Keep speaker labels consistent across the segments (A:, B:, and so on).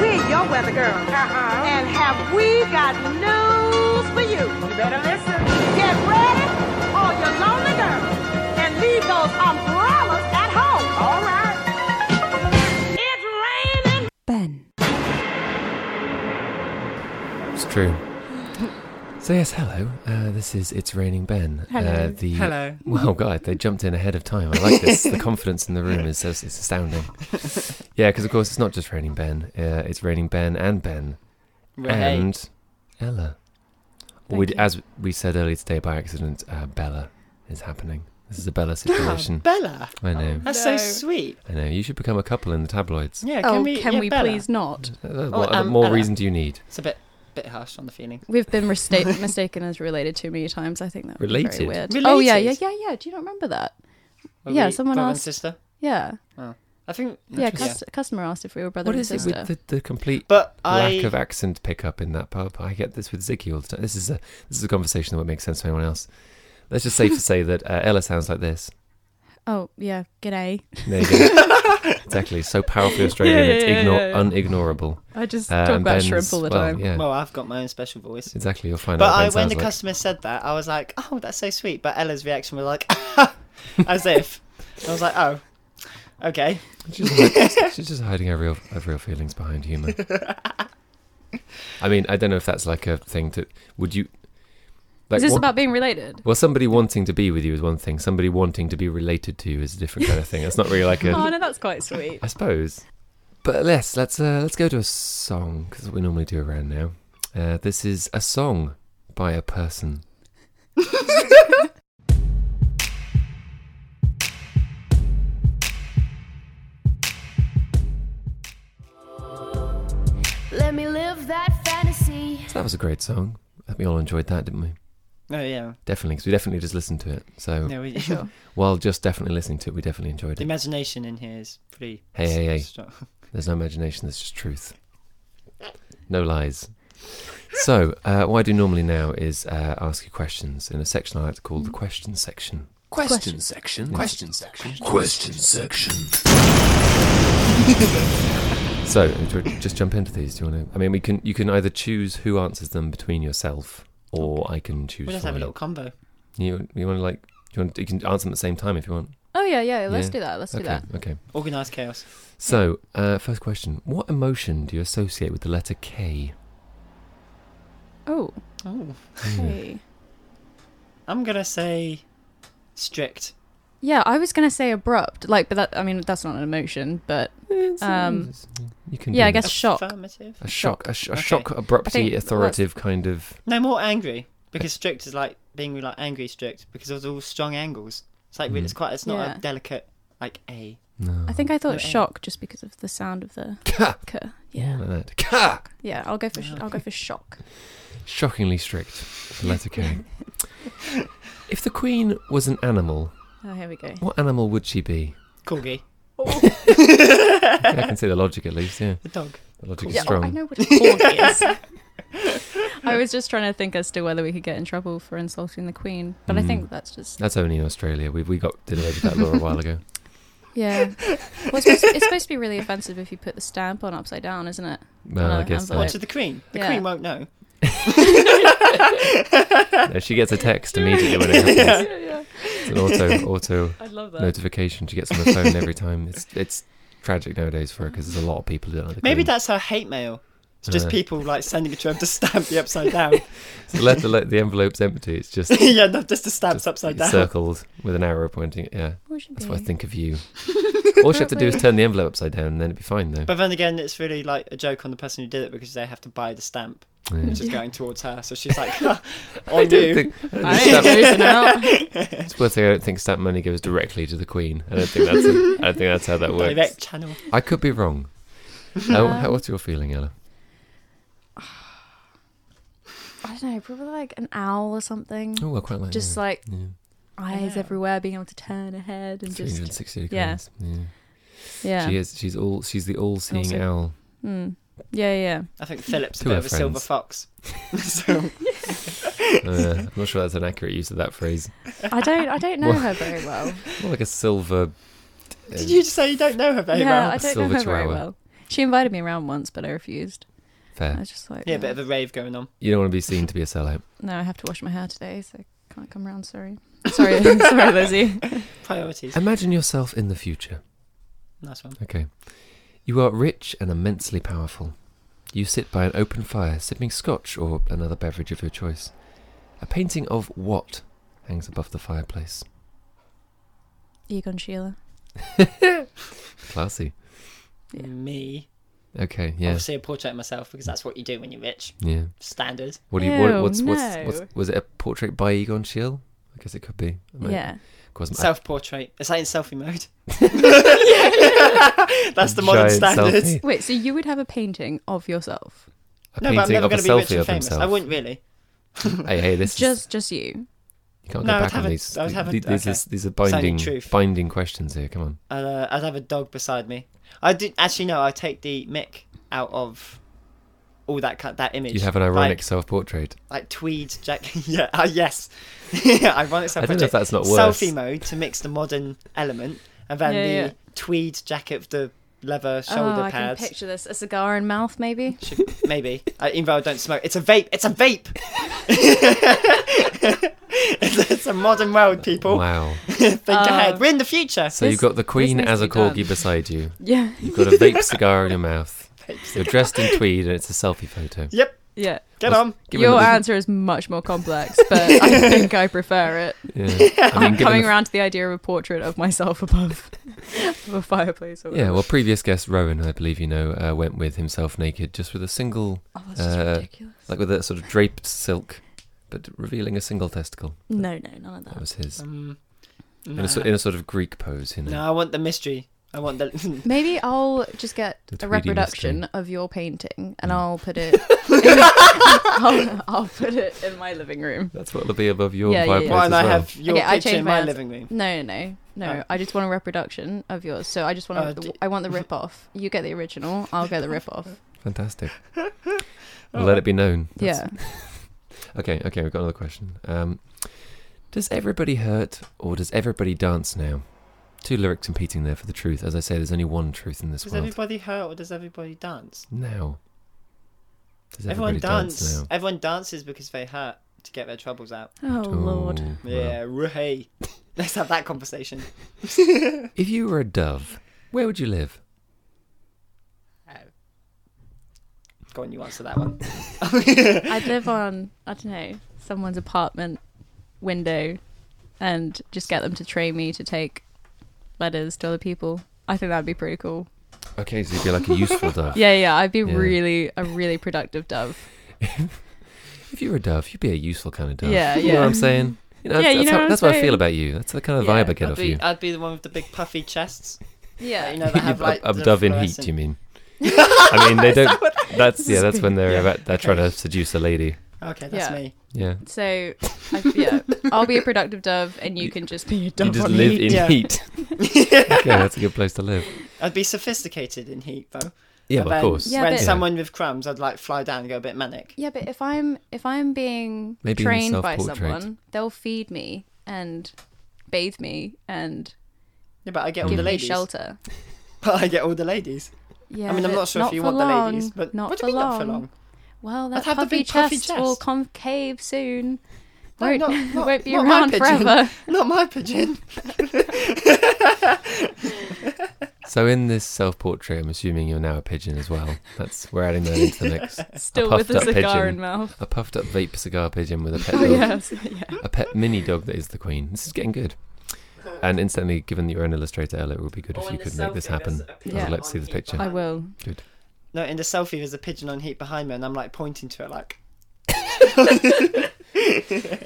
A: other girl.
B: Uh-uh.
A: And have we got news for you?
B: You better listen.
A: Get ready, all you lonely girls, and leave those umbrellas at home.
B: All right.
A: It's raining.
C: Ben.
D: It's true. So yes, hello. Uh, this is it's raining Ben. Hello. Uh, the,
E: Hello.
D: Well, God, they jumped in ahead of time. I like this. the confidence in the room is is astounding. Yeah, because of course it's not just raining Ben. Uh, it's raining Ben and Ben
E: Right.
D: and Ella. We, as we said earlier today by accident, uh, Bella is happening. This is a Bella situation.
E: Oh, Bella.
D: I know.
E: That's
C: No.
E: so sweet.
D: I know. You should become a couple in the tabloids.
E: Yeah,
C: oh,
E: can we,
C: can
E: yeah,
C: we
E: Bella.
C: please not?
D: Uh, what
E: Oh,
D: other-
E: um,
D: more
E: Ella.
D: reason do you need?
E: It's a bit bit harsh on the feeling.
C: We've been resta- mistaken as related too many times. I think that would be
D: Related?
C: very weird. Oh yeah, yeah,
E: Related?
C: yeah, yeah. Do you not remember that?
E: Were
C: Yeah,
E: we
C: someone
E: brother and
C: asked-
E: sister.
C: Yeah,
E: I think
C: yeah. Cus- Customer asked if we were brother
D: What
C: and
D: is it
C: sister.
D: with the, the complete
E: But
D: lack
E: I
D: of accent pickup in that pub. I get this with Ziggy all the time. This is a this is a conversation that would make sense to anyone else. Let's just safe to say that uh, Ella sounds like this.
C: Oh yeah, g'day.
D: There you go. exactly. So powerfully Australian,
C: yeah,
D: it's
C: yeah,
D: igno-
C: yeah.
D: unignorable.
C: I just
D: Uh,
C: talk
D: and
C: about
D: Ben's-
C: shrimp all the
D: well,
C: time.
D: Yeah,
E: well, I've got my own special voice.
D: exactly. You'll find
E: But I,
D: out. What
E: when
D: ben sounds
E: the
D: like.
E: customer said that, I was like, "Oh, that's so sweet." But Ella's reaction was like, as if I was like, "Oh, okay."
D: She's, hid- she's just hiding her real, her real feelings behind humour. I mean, I don't know if that's like a thing to. Would you? Like,
C: is this
D: what-
C: about being related?
D: Well, somebody wanting to be with you is one thing. Somebody wanting to be related to you is a different kind of thing. It's not really like a.
C: Oh no, that's quite sweet.
D: I suppose. But let's let's uh, let's go to a song because we normally do around now. Uh, this is a song by a person.
F: Let me live that fantasy.
D: So that was a great song. I think we all enjoyed that, didn't we?
E: Oh yeah,
D: Definitely, because we definitely just listened to it. So
E: no, we,
C: Sure.
D: while just definitely listening to it, we definitely enjoyed
E: the
D: it.
E: imagination in here is pretty.
D: Hey, hey, hey.
E: strong.
D: There's no imagination. There's just truth. No lies. So uh, what I do normally now is uh, ask you questions in a section I like to call the question section.
G: Question section. Question section. Question section.
D: So, do we just jump into these. Do you want to? I mean, we can. You can either choose who answers them between yourself, or I can choose.
E: We'll just
D: for
E: have a
D: you.
E: little combo.
D: You you want to like? You, want, you can answer them at the same time if you want.
C: Oh yeah, yeah. Let's
D: Yeah.
C: do that. Let's
D: okay.
C: do that.
D: Okay.
E: Organized chaos.
D: So, uh, first question: What emotion do you associate with the letter K?
C: Oh,
E: Oh,
D: Hmm.
C: hey.
E: I'm gonna say strict.
C: Yeah, I was gonna say abrupt, like, but that I mean that's not an emotion, but um,
D: You can.
C: yeah,
D: do
C: I guess
D: this.
C: shock.
E: Affirmative.
D: a shock, a, sh- a
E: Okay.
D: shock, abruptly
C: think that's-
D: authoritative kind of.
E: No more angry because strict is like being like angry strict because it's all strong angles. It's like
D: Mm.
E: it's quite. It's not
C: Yeah.
E: a delicate like a.
C: I think I thought
E: No, eh.
C: shock just because of the sound of the
D: Ka!
C: k. Yeah,
D: Like that. Ka!
C: yeah. I'll go for sh- I'll go for shock.
D: Shockingly strict. The letter K. if the Queen was an animal,
C: Oh, here we go.
D: what animal would she be?
E: Corgi,
D: Yeah, I can see the logic at least. Yeah,
E: the dog.
D: the logic is
C: Yeah,
D: strong.
C: I know what a corgi is. I was just trying to think as to whether we could get in trouble for insulting the queen, but I
D: Mm.
C: think that's just
D: That's only in Australia. We we got did away with that law a while ago.
C: yeah. Well, it's, supposed to, it's supposed to be really offensive if you put the stamp on upside down, isn't it?
D: Well,
C: no,
D: I guess uh,
C: Right.
E: Or
C: envelope.
D: that,
E: to the queen. The
C: Yeah.
E: queen won't know.
D: no, she gets a text immediately when it happens.
C: Yeah, yeah.
D: It's an auto auto
C: I love that.
D: notification. She gets on the phone every time. It's it's tragic nowadays for her because there's a lot of people who don't like the
E: Maybe
D: Queen.
E: that's her hate mail. It's just
D: Uh.
E: people like sending it to him to stamp the upside down.
D: So let the let the envelope's empty. It's just
E: yeah, no, just the stamps
D: Just
E: upside down.
D: circled with an arrow pointing. Yeah,
C: What should
D: that's
C: be?
D: what I think of you. All she have to do is turn the envelope upside down, and then it'd be fine though.
E: But then again, it's really like a joke on the person who did it because they have to buy the stamp,
D: Yeah.
E: which is going towards her. So she's like, on
D: I don't
E: you.
D: think
C: I ain't losing out.
D: it's worth saying I don't think stamp money goes directly to the Queen. I don't think that's I I don't think that's how that works.
E: direct channel.
D: I could be wrong. How, how, what's your feeling, Ella?
C: I don't know, probably like an owl or something.
D: Oh, I quite like
C: just
D: yeah.
C: like
D: yeah.
C: eyes
E: Yeah.
C: everywhere, being able to turn ahead and just
D: 360
C: yeah.
D: degrees. Yeah.
C: yeah,
D: She
C: yeah,
D: is. She's all. She's the all-seeing
C: Also-
D: owl.
C: yeah, yeah.
E: I think Philip's a
D: To
E: bit
D: her
E: of a silver fox. so
D: Uh, I'm not sure that's an accurate use of that phrase.
C: I don't, I don't know
D: Well-
C: her very well.
D: More like a silver.
E: did you just say you don't know her very
C: yeah, I
E: well?
C: don't know
D: Silver
C: her very
D: Chihuahua.
C: well. She invited me around once, but I refused.
D: uh, Fair.
C: I was just like,
E: Yeah, a bit of a rave going on.
D: You don't want to be seen to be a sellout.
C: no, I have to wash my hair today, so I can't come round. Sorry, sorry, sorry, Lizzie.
E: Priorities.
D: Imagine yourself in the future.
E: Nice one.
D: Okay. You are rich and immensely powerful. You sit by an open fire, sipping scotch or another beverage of your choice. A painting of what hangs above the fireplace?
C: Egon Sheila.
D: Classy.
E: Me.
D: Okay, yeah.
E: Obviously, a portrait of myself because that's what you do when you're rich.
D: Yeah.
E: Standard.
D: What do you what,
C: Ew,
D: what's, what's,
C: no.
D: what's was it a portrait by Egon Schiele? I guess it could be. I mean,
C: Yeah,
D: Cosmo-
E: Self portrait. It's like in selfie mode. that's the modern
D: Giant
E: standard.
D: selfie.
C: Wait, so you would have a painting of yourself?
D: A
E: No, but I'm
D: painting
E: never
D: of a
E: going to be rich
D: selfie
E: and
D: of
E: famous. I
D: himself.
E: wouldn't really.
D: Hey, hey, this is
C: Just, just you.
D: You can't
E: No, I
D: go
E: would
D: back on
E: have a-
D: these.
E: I would
D: Th-
E: have a-
D: th- these,
E: okay.
D: is, these are
E: only
D: binding,
E: truth.
D: binding questions here. Come on.
E: I'd, uh, I'd have a dog beside me. I did actually no. I take the mick out of all that cut that image.
D: You have an ironic
E: like,
D: self-portrait.
E: like tweed jacket. yeah, uh, yes, yeah, ironic self.
D: I don't know if that's not worse.
E: Selfie mode to mix the modern element, and then
C: Yeah,
E: the
C: yeah.
E: tweed jacket with the leather
C: oh,
E: shoulder
C: I can
E: pads.
C: picture this. A cigar in mouth, maybe.
E: Should- Maybe uh, even though I don't smoke, it's a vape. It's a vape. it's, it's a modern world, people.
D: Wow.
E: Think
C: Uh,
E: ahead. We're in the future.
D: So you've
C: This-
D: got the Queen
C: needs
D: as
C: to
D: a
C: be done.
D: corgi beside you.
C: Yeah,
D: You've got a vape cigar in your mouth. You're dressed in tweed, and it's a selfie photo.
E: Yep.
C: yeah.
E: Get on.
D: Given
C: Your
D: that
C: answer is much more complex, but I think I prefer it.
D: the- yeah. I mean,
C: um, I'm
D: given
C: coming
D: the-
C: around to the idea of a portrait of myself above of a fireplace. Or
D: Yeah,
C: whatever.
D: well, previous guest Rowan, I believe you know, uh, went with himself naked, just with a single,
C: Oh, that's just
D: uh,
C: ridiculous.
D: like with a sort of draped silk, but revealing a single testicle.
C: No, no, none of
D: That
C: that.
D: was his.
E: Um,
D: in, a,
E: nah.
D: so- in a sort of Greek pose, you know.
E: No, I want the mystery. I want the.
C: Maybe I'll just get
D: The
C: a
D: Tweedy
C: reproduction
D: mystery. Mm.
C: of your painting and I'll put it. I'll, I'll put it in my living room.
D: That's what'll be above your
C: Yeah, yeah,
D: fireplace
C: yeah.
E: Why
D: as
E: and I
D: well.
E: have your
C: Okay, I
E: picture
C: changed
E: in
C: my
E: my
C: answer.
E: living room.
C: No, no, no, no.
E: Oh.
C: I just want a reproduction of yours. So I just want.
E: Oh,
C: the,
E: d-
C: I want the rip off. You get the original. I'll get the rip off.
D: Fantastic. We'll let it be known. That's-
C: Yeah.
D: Okay, okay, we've got another question. Um, does everybody hurt or does everybody dance now? Two lyrics competing there for the truth. As I say, there's only one truth in this
E: Does
D: world.
E: everybody hurt or does everybody dance?
D: Now. Does
E: Everyone
D: everybody
E: dance.
D: dance now?
E: Everyone dances because they hurt to get their troubles out.
C: Oh lord.
D: Ooh, well.
E: Yeah, right. Let's have that conversation.
D: If you were a dove, where would you live?
E: Go on, you answer that one.
C: I'd live on, I don't know, someone's apartment window and just get them to train me to take letters to other people. I think that'd be pretty cool.
D: Okay, so you'd be like a useful dove.
C: Yeah, yeah, I'd be
D: Yeah.
C: really a really productive dove.
D: If you were a dove, you'd be a useful kind of dove.
C: Yeah,
D: You know what I'm
C: yeah.
D: saying? You know,
C: Yeah,
D: that's
C: you know
D: how,
C: what I'm
D: that's what I feel
C: saying.
D: about you. That's the kind of
C: Yeah,
D: vibe I get
E: I'd
D: off
E: be,
D: you.
E: I'd be the one with the big puffy chests.
C: Yeah.
E: You know, that have
D: A-
E: like
D: a,
E: the
D: dove in heat,
E: fluorescent-
D: you mean? I mean, they don't. That's yeah. That's when they're about, they're trying to seduce a lady.
E: Okay, that's
C: Yeah.
E: me.
D: Yeah.
C: So, I, yeah, I'll be a productive dove, and you can just be a dove.
D: you just
C: on
D: live
C: heat.
D: in
E: yeah.
D: heat. okay, that's a good place to live.
E: I'd be sophisticated in heat though. But
D: Yeah, of
E: then
D: course.
C: Yeah,
E: when
C: but-
E: someone with crumbs, I'd like fly down and go a bit manic.
C: Yeah, but if I'm if I'm being
D: Maybe in a
C: trained by
D: self-portrait.
C: someone, they'll feed me and bathe me and
E: Yeah, but I get all
C: give
E: the
C: me
E: ladies.
C: shelter.
E: But I get all the ladies.
C: Yeah,
E: I mean, I'm
C: but
E: not sure if you
C: for
E: want
C: long,
E: the ladies, but
C: not
E: what do
C: for
E: you mean not
C: long.
E: for long?
C: Well, that
E: I'd have the
C: puffy
E: big puffy
C: chest will
E: chest.
C: concave soon.
E: No,
C: won't,
E: not- not-
C: won't be
E: not my
C: around
E: pigeon.
C: forever.
E: Not my pigeon.
D: So in this self-portrait, I'm assuming you're now a pigeon as well. That's we're adding that into the mix.
C: Still
D: a
C: with a
D: puffed-up
C: cigar
D: pigeon.
C: in mouth.
D: A puffed-up vape cigar pigeon with a pet
C: Oh,
D: dog,
C: yes. yeah.
D: a pet mini dog that is the queen. This is getting good. And instantly, given that you're an illustrator, Ella, it would be good if you could make this happen. I
C: Yeah.
D: would like to see the picture.
C: I will.
D: Good.
E: No, in the selfie, there's a pigeon on heat behind me, and I'm like pointing to it, like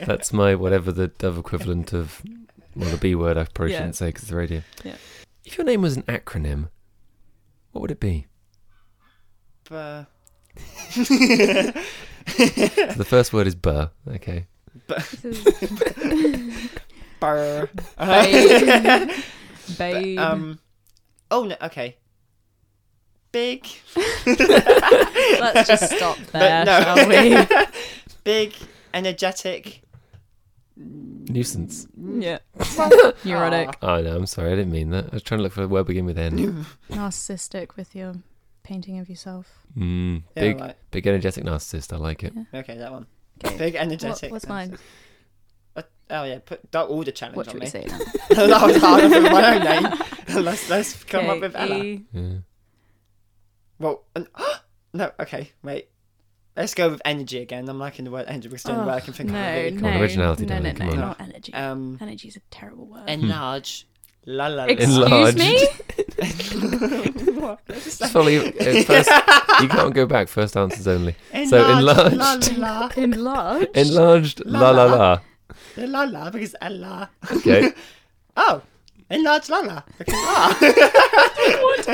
D: That's my whatever the dove equivalent of, well, the B word I probably
C: Yeah.
D: shouldn't say because it's radio.
C: Yeah.
D: If your name was an acronym, what would it be?
E: "Buh,
D: So the first word is burr. Okay.
E: burr.
C: Babe. Babe.
E: Um, oh no, okay. Big,
C: Let's just stop there,
E: no.
C: shall we?
E: big, energetic.
D: Nuisance.
C: yeah. Neurotic.
D: Oh, no, I'm sorry. I didn't mean that. I was trying to look for a word beginning with N.
C: Narcissistic with your painting of yourself.
D: Mm,
E: Yeah,
D: big,
E: right.
D: big energetic narcissist. I like it.
E: Okay, that one.
C: Okay.
E: Big
C: What,
E: energetic.
C: what's mine?
E: Uh, Oh yeah, put that all the challenge
C: What
E: on
C: should
E: me.
C: we say? now?
E: that was harder than my own name. let's let's come up
C: Okay,
E: with Ella.
C: E.
D: Yeah.
E: Well, and, no, okay, wait. Let's go with energy again. I'm liking the word energy because it's the only way I can think
C: Oh, no,
E: of it. really
C: no,
E: quick.
D: Come on, originality,
C: no, no,
D: darling,
C: no, Hmm.
D: come on.
C: not energy.
E: Um,
C: Energy's a terrible word.
E: enlarge. La la la.
C: Excuse
D: Enlarged.
C: me?
D: It's fully uh, first. you can't go back. First answers only. So
E: Enlarge,
D: enlarged,
E: La la
C: Enlarged?
D: enlarged, la la la.
E: la. La la because Allah.
D: Okay.
E: Oh, ah. enlarge la la because la.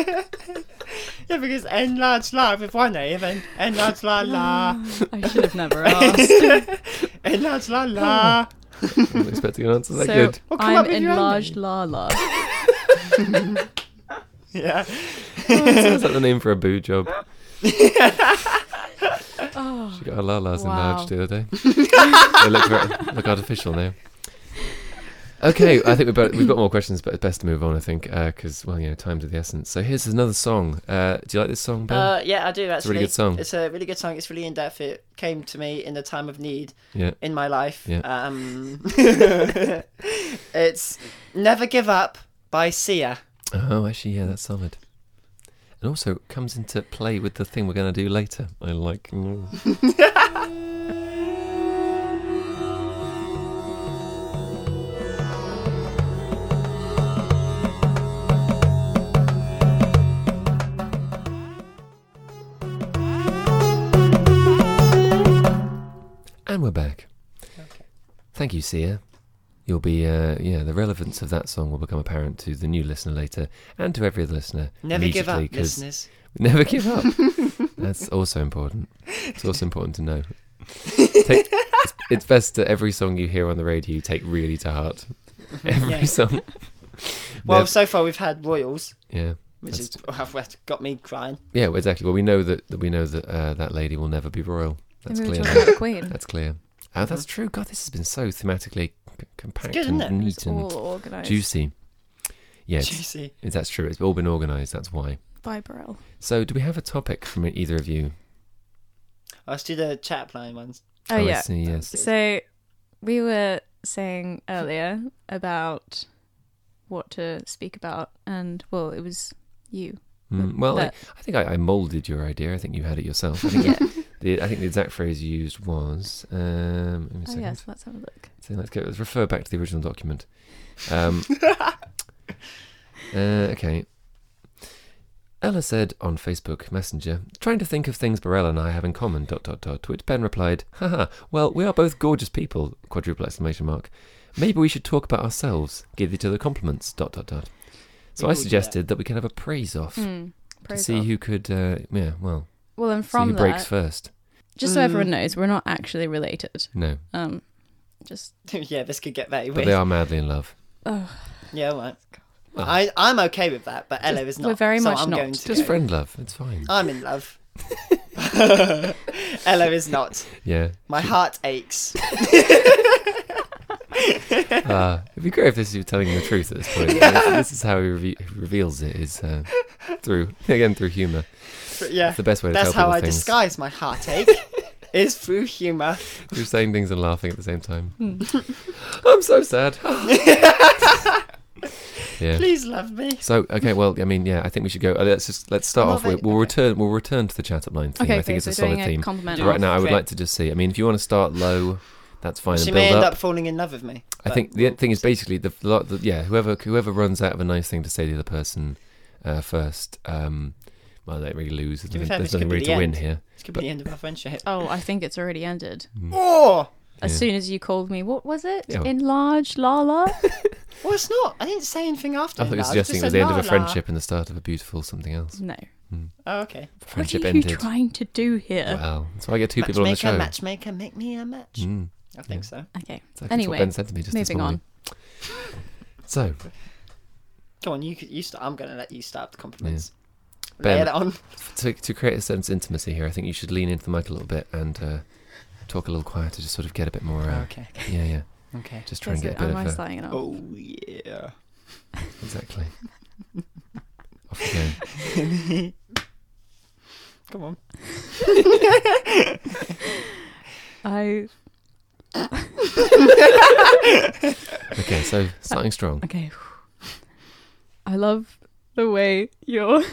E: yeah, because enlarge la with one A and then enlarge la la.
C: I should have never asked.
E: Enlarge la la.
D: I'm expecting an answer that
C: so
D: good.
E: Well, come
C: I'm
E: up with your own
C: enlarged Lala.
E: Yeah.
D: Is that the name for a boo job?
C: Oh,
D: She got her la la's
C: Wow.
D: enlarged the other day. they look, very, look artificial now. Okay, I think we've got, we've got more questions, but it's best to move on, I think, because, well, you know, time's of the essence. So here's another song. Uh, do you like this song, Ben?
E: Uh, yeah, I do actually.
D: a really good song.
E: It's a really good song. It's really in depth. It came to me in the time of need.
D: yeah.
E: in my life.
D: Yeah.
E: Um, it's Never Give Up by Sia.
D: Oh, actually, yeah, that's solid. And also comes into play with the thing we're going to do later. I like. Mm. and we're back. Thank you, Sia. You'll be, uh, yeah, the relevance of that song will become apparent to the new listener later and to every other listener.
E: Never give up,
D: immediately, 'cause-
E: listeners.
D: Never give up. That's also important. It's also important to know. Take, it's, it's best that every song you hear on the radio you take really to heart. Every
E: Yeah.
D: song.
E: Well,
D: Nev-
E: so far we've had Royals,
D: yeah.
E: which
D: That's-
E: is oh, that got me crying.
D: Yeah, well, exactly. Well, we know that, that we know that uh, that lady will never be royal. That's
C: we were
D: clear.
C: talking
D: now.
C: about Queen.
D: That's clear. Oh, that's true. God, this has been so thematically c- compact
E: good,
D: and
E: isn't it?
D: neat
C: It's all
D: and
C: organised.
D: juicy. Yes,
E: Juicy.
D: that's true. It's all been organised. That's why.
C: By Burrell.
D: So, do we have a topic from either of you?
E: Let's do the chat line ones.
C: Oh,
D: I
C: yeah.
D: see. Yes.
C: So we were saying earlier about what to speak about, and well, it was you.
D: Mm, well, I,
C: But-
D: I think I, I molded your idea. I think you had it yourself. I think, the, I think the exact phrase you used was. Um, give me a
C: Oh
D: second.
C: yes, let's have a look.
D: So let's go. Let's refer back to the original document. Um, uh, okay. Ella said on Facebook Messenger, trying to think of things Burrell and I have in common. Dot dot dot. To which Ben replied, "Haha. Well, we are both gorgeous people." Quadruple exclamation mark. Maybe we should talk about ourselves. Give each other compliments. Dot dot dot. So
E: We
D: I
E: will do that.
D: suggested that we can have a praise off to
C: Hmm, Praise
D: see
C: off.
D: who could. Uh, yeah. Well,
C: well, and
D: see
C: from
D: who
C: that,
D: breaks first.
C: just so everyone knows, we're not actually related.
D: No,
C: Um, just
E: yeah, this could get very
D: but
E: weird.
D: they Oh. are madly in love.
E: Yeah, all right.
D: Well.
E: I I'm okay with that, but Ella is not.
C: we're very
E: so
C: much
E: I'm
C: not.
E: Going to
D: Just
E: go.
D: friend love. It's fine.
E: I'm in love. Ella is not.
D: Yeah.
E: My heart aches.
D: Uh, it'd be great if this is you telling the truth at this point. This, this is how he reve- reveals it is uh, through again through humor.
E: yeah,
D: It's the best way to
E: that's
D: tell
E: how
D: people
E: I
D: things.
E: disguise my heartache. is through humour.
D: Through saying things and laughing at the same time.
E: Hmm.
D: I'm so sad. yeah.
E: Please love me.
D: So okay, well, I mean, yeah, I think we should go. uh, Let's just let's start
E: I'm
D: off. with
E: already-
D: We'll return. We'll return to the chat up line theme.
C: Okay,
D: I think
C: okay,
D: it's a
C: so we're
D: solid
C: doing a
D: theme.
C: compliment
D: Right now, I would
E: off.
D: like to just see. I mean, if you want to start low, that's fine.
E: She
D: and
E: may
D: build
E: end
D: up.
E: up falling in love with me.
D: I
E: but
D: think the thing is basically the, the, the yeah whoever whoever runs out of a nice thing to say to the other person uh, first. Um, well, they really lose. There's
E: be
D: nothing,
E: fair,
D: there's
E: this could
D: nothing
E: be
D: really
E: the
D: to win
E: end.
D: here.
E: This could be the end of our friendship.
C: oh, I think it's already ended.
E: Oh,
C: As
D: Mm, Yeah.
C: soon as you called me, what was it?
D: Yeah.
C: Enlarged Lala.
E: well, it's not. I didn't say anything after.
D: I thought you
E: that.
D: were
E: just
D: suggesting it
E: said,
D: was the end of a
E: "La, la."
D: friendship and the start of a beautiful something else.
C: no.
E: Oh, okay.
D: Friendship
C: what are you
D: ended.
C: trying to do here?
D: Wow, that's why I get two people on the
E: Matchmaker,
D: show.
E: matchmaker, make me a match.
D: Mm,
E: I think so.
C: okay.
D: exactly. That's what
C: Anyway,
D: Ben said to me just this
C: moving on.
D: morning. So
E: Come on, you c- you start. I'm gonna let you start the compliments.
D: Ben.
E: Lay it on.
D: to, to create a sense of intimacy here, I think you should lean into the mic a little bit and uh, talk a little quieter, just sort of get a bit more. Uh,
E: Okay.
D: Yeah, yeah.
E: Okay.
D: Just try
C: Okay,
D: and
C: so
D: get a bit
C: am
D: of.
C: I
D: uh,
C: starting it off?
E: Oh yeah.
D: Exactly. Off you go.
E: Come on.
C: I
D: Okay, so starting strong.
C: okay. I love the way your.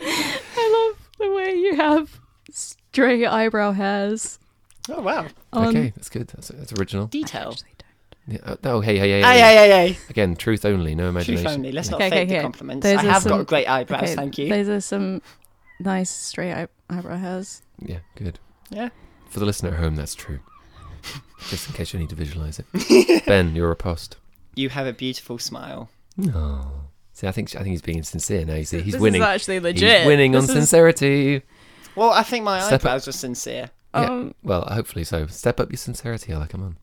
C: I love the way you have stray eyebrow hairs.
E: Oh wow.
C: On...
D: okay, that's good. That's, that's original.
E: Detail.
C: Actually, don't.
D: Yeah, uh, oh, hey, hey, hey,
E: Aye,
D: hey.
E: aye, aye, aye.
D: Again, truth only, no
E: Ah, Truth
D: imagination.
E: only. Let's not
C: Okay,
E: fake
C: okay,
E: the
C: okay.
E: compliments.
C: Those
E: I
C: are
E: have
C: some-
E: got great eyebrows. Thank you.
C: Those are some nice straight eye- eyebrow hairs.
D: Yeah, good.
E: Yeah.
D: For the listener at home, that's true. Just in case you need to visualize it. ben, you're a post.
E: You have a beautiful smile.
D: No. See, I think I think he's being sincere now. You see, he's
C: this
D: winning.
C: is actually legit.
D: He's winning on
C: This is-
D: sincerity.
E: Well, I think my
D: Step up.
E: eyebrows are sincere.
D: yeah.
C: um,
D: Well, hopefully so. Step up your sincerity, Ella. Come on.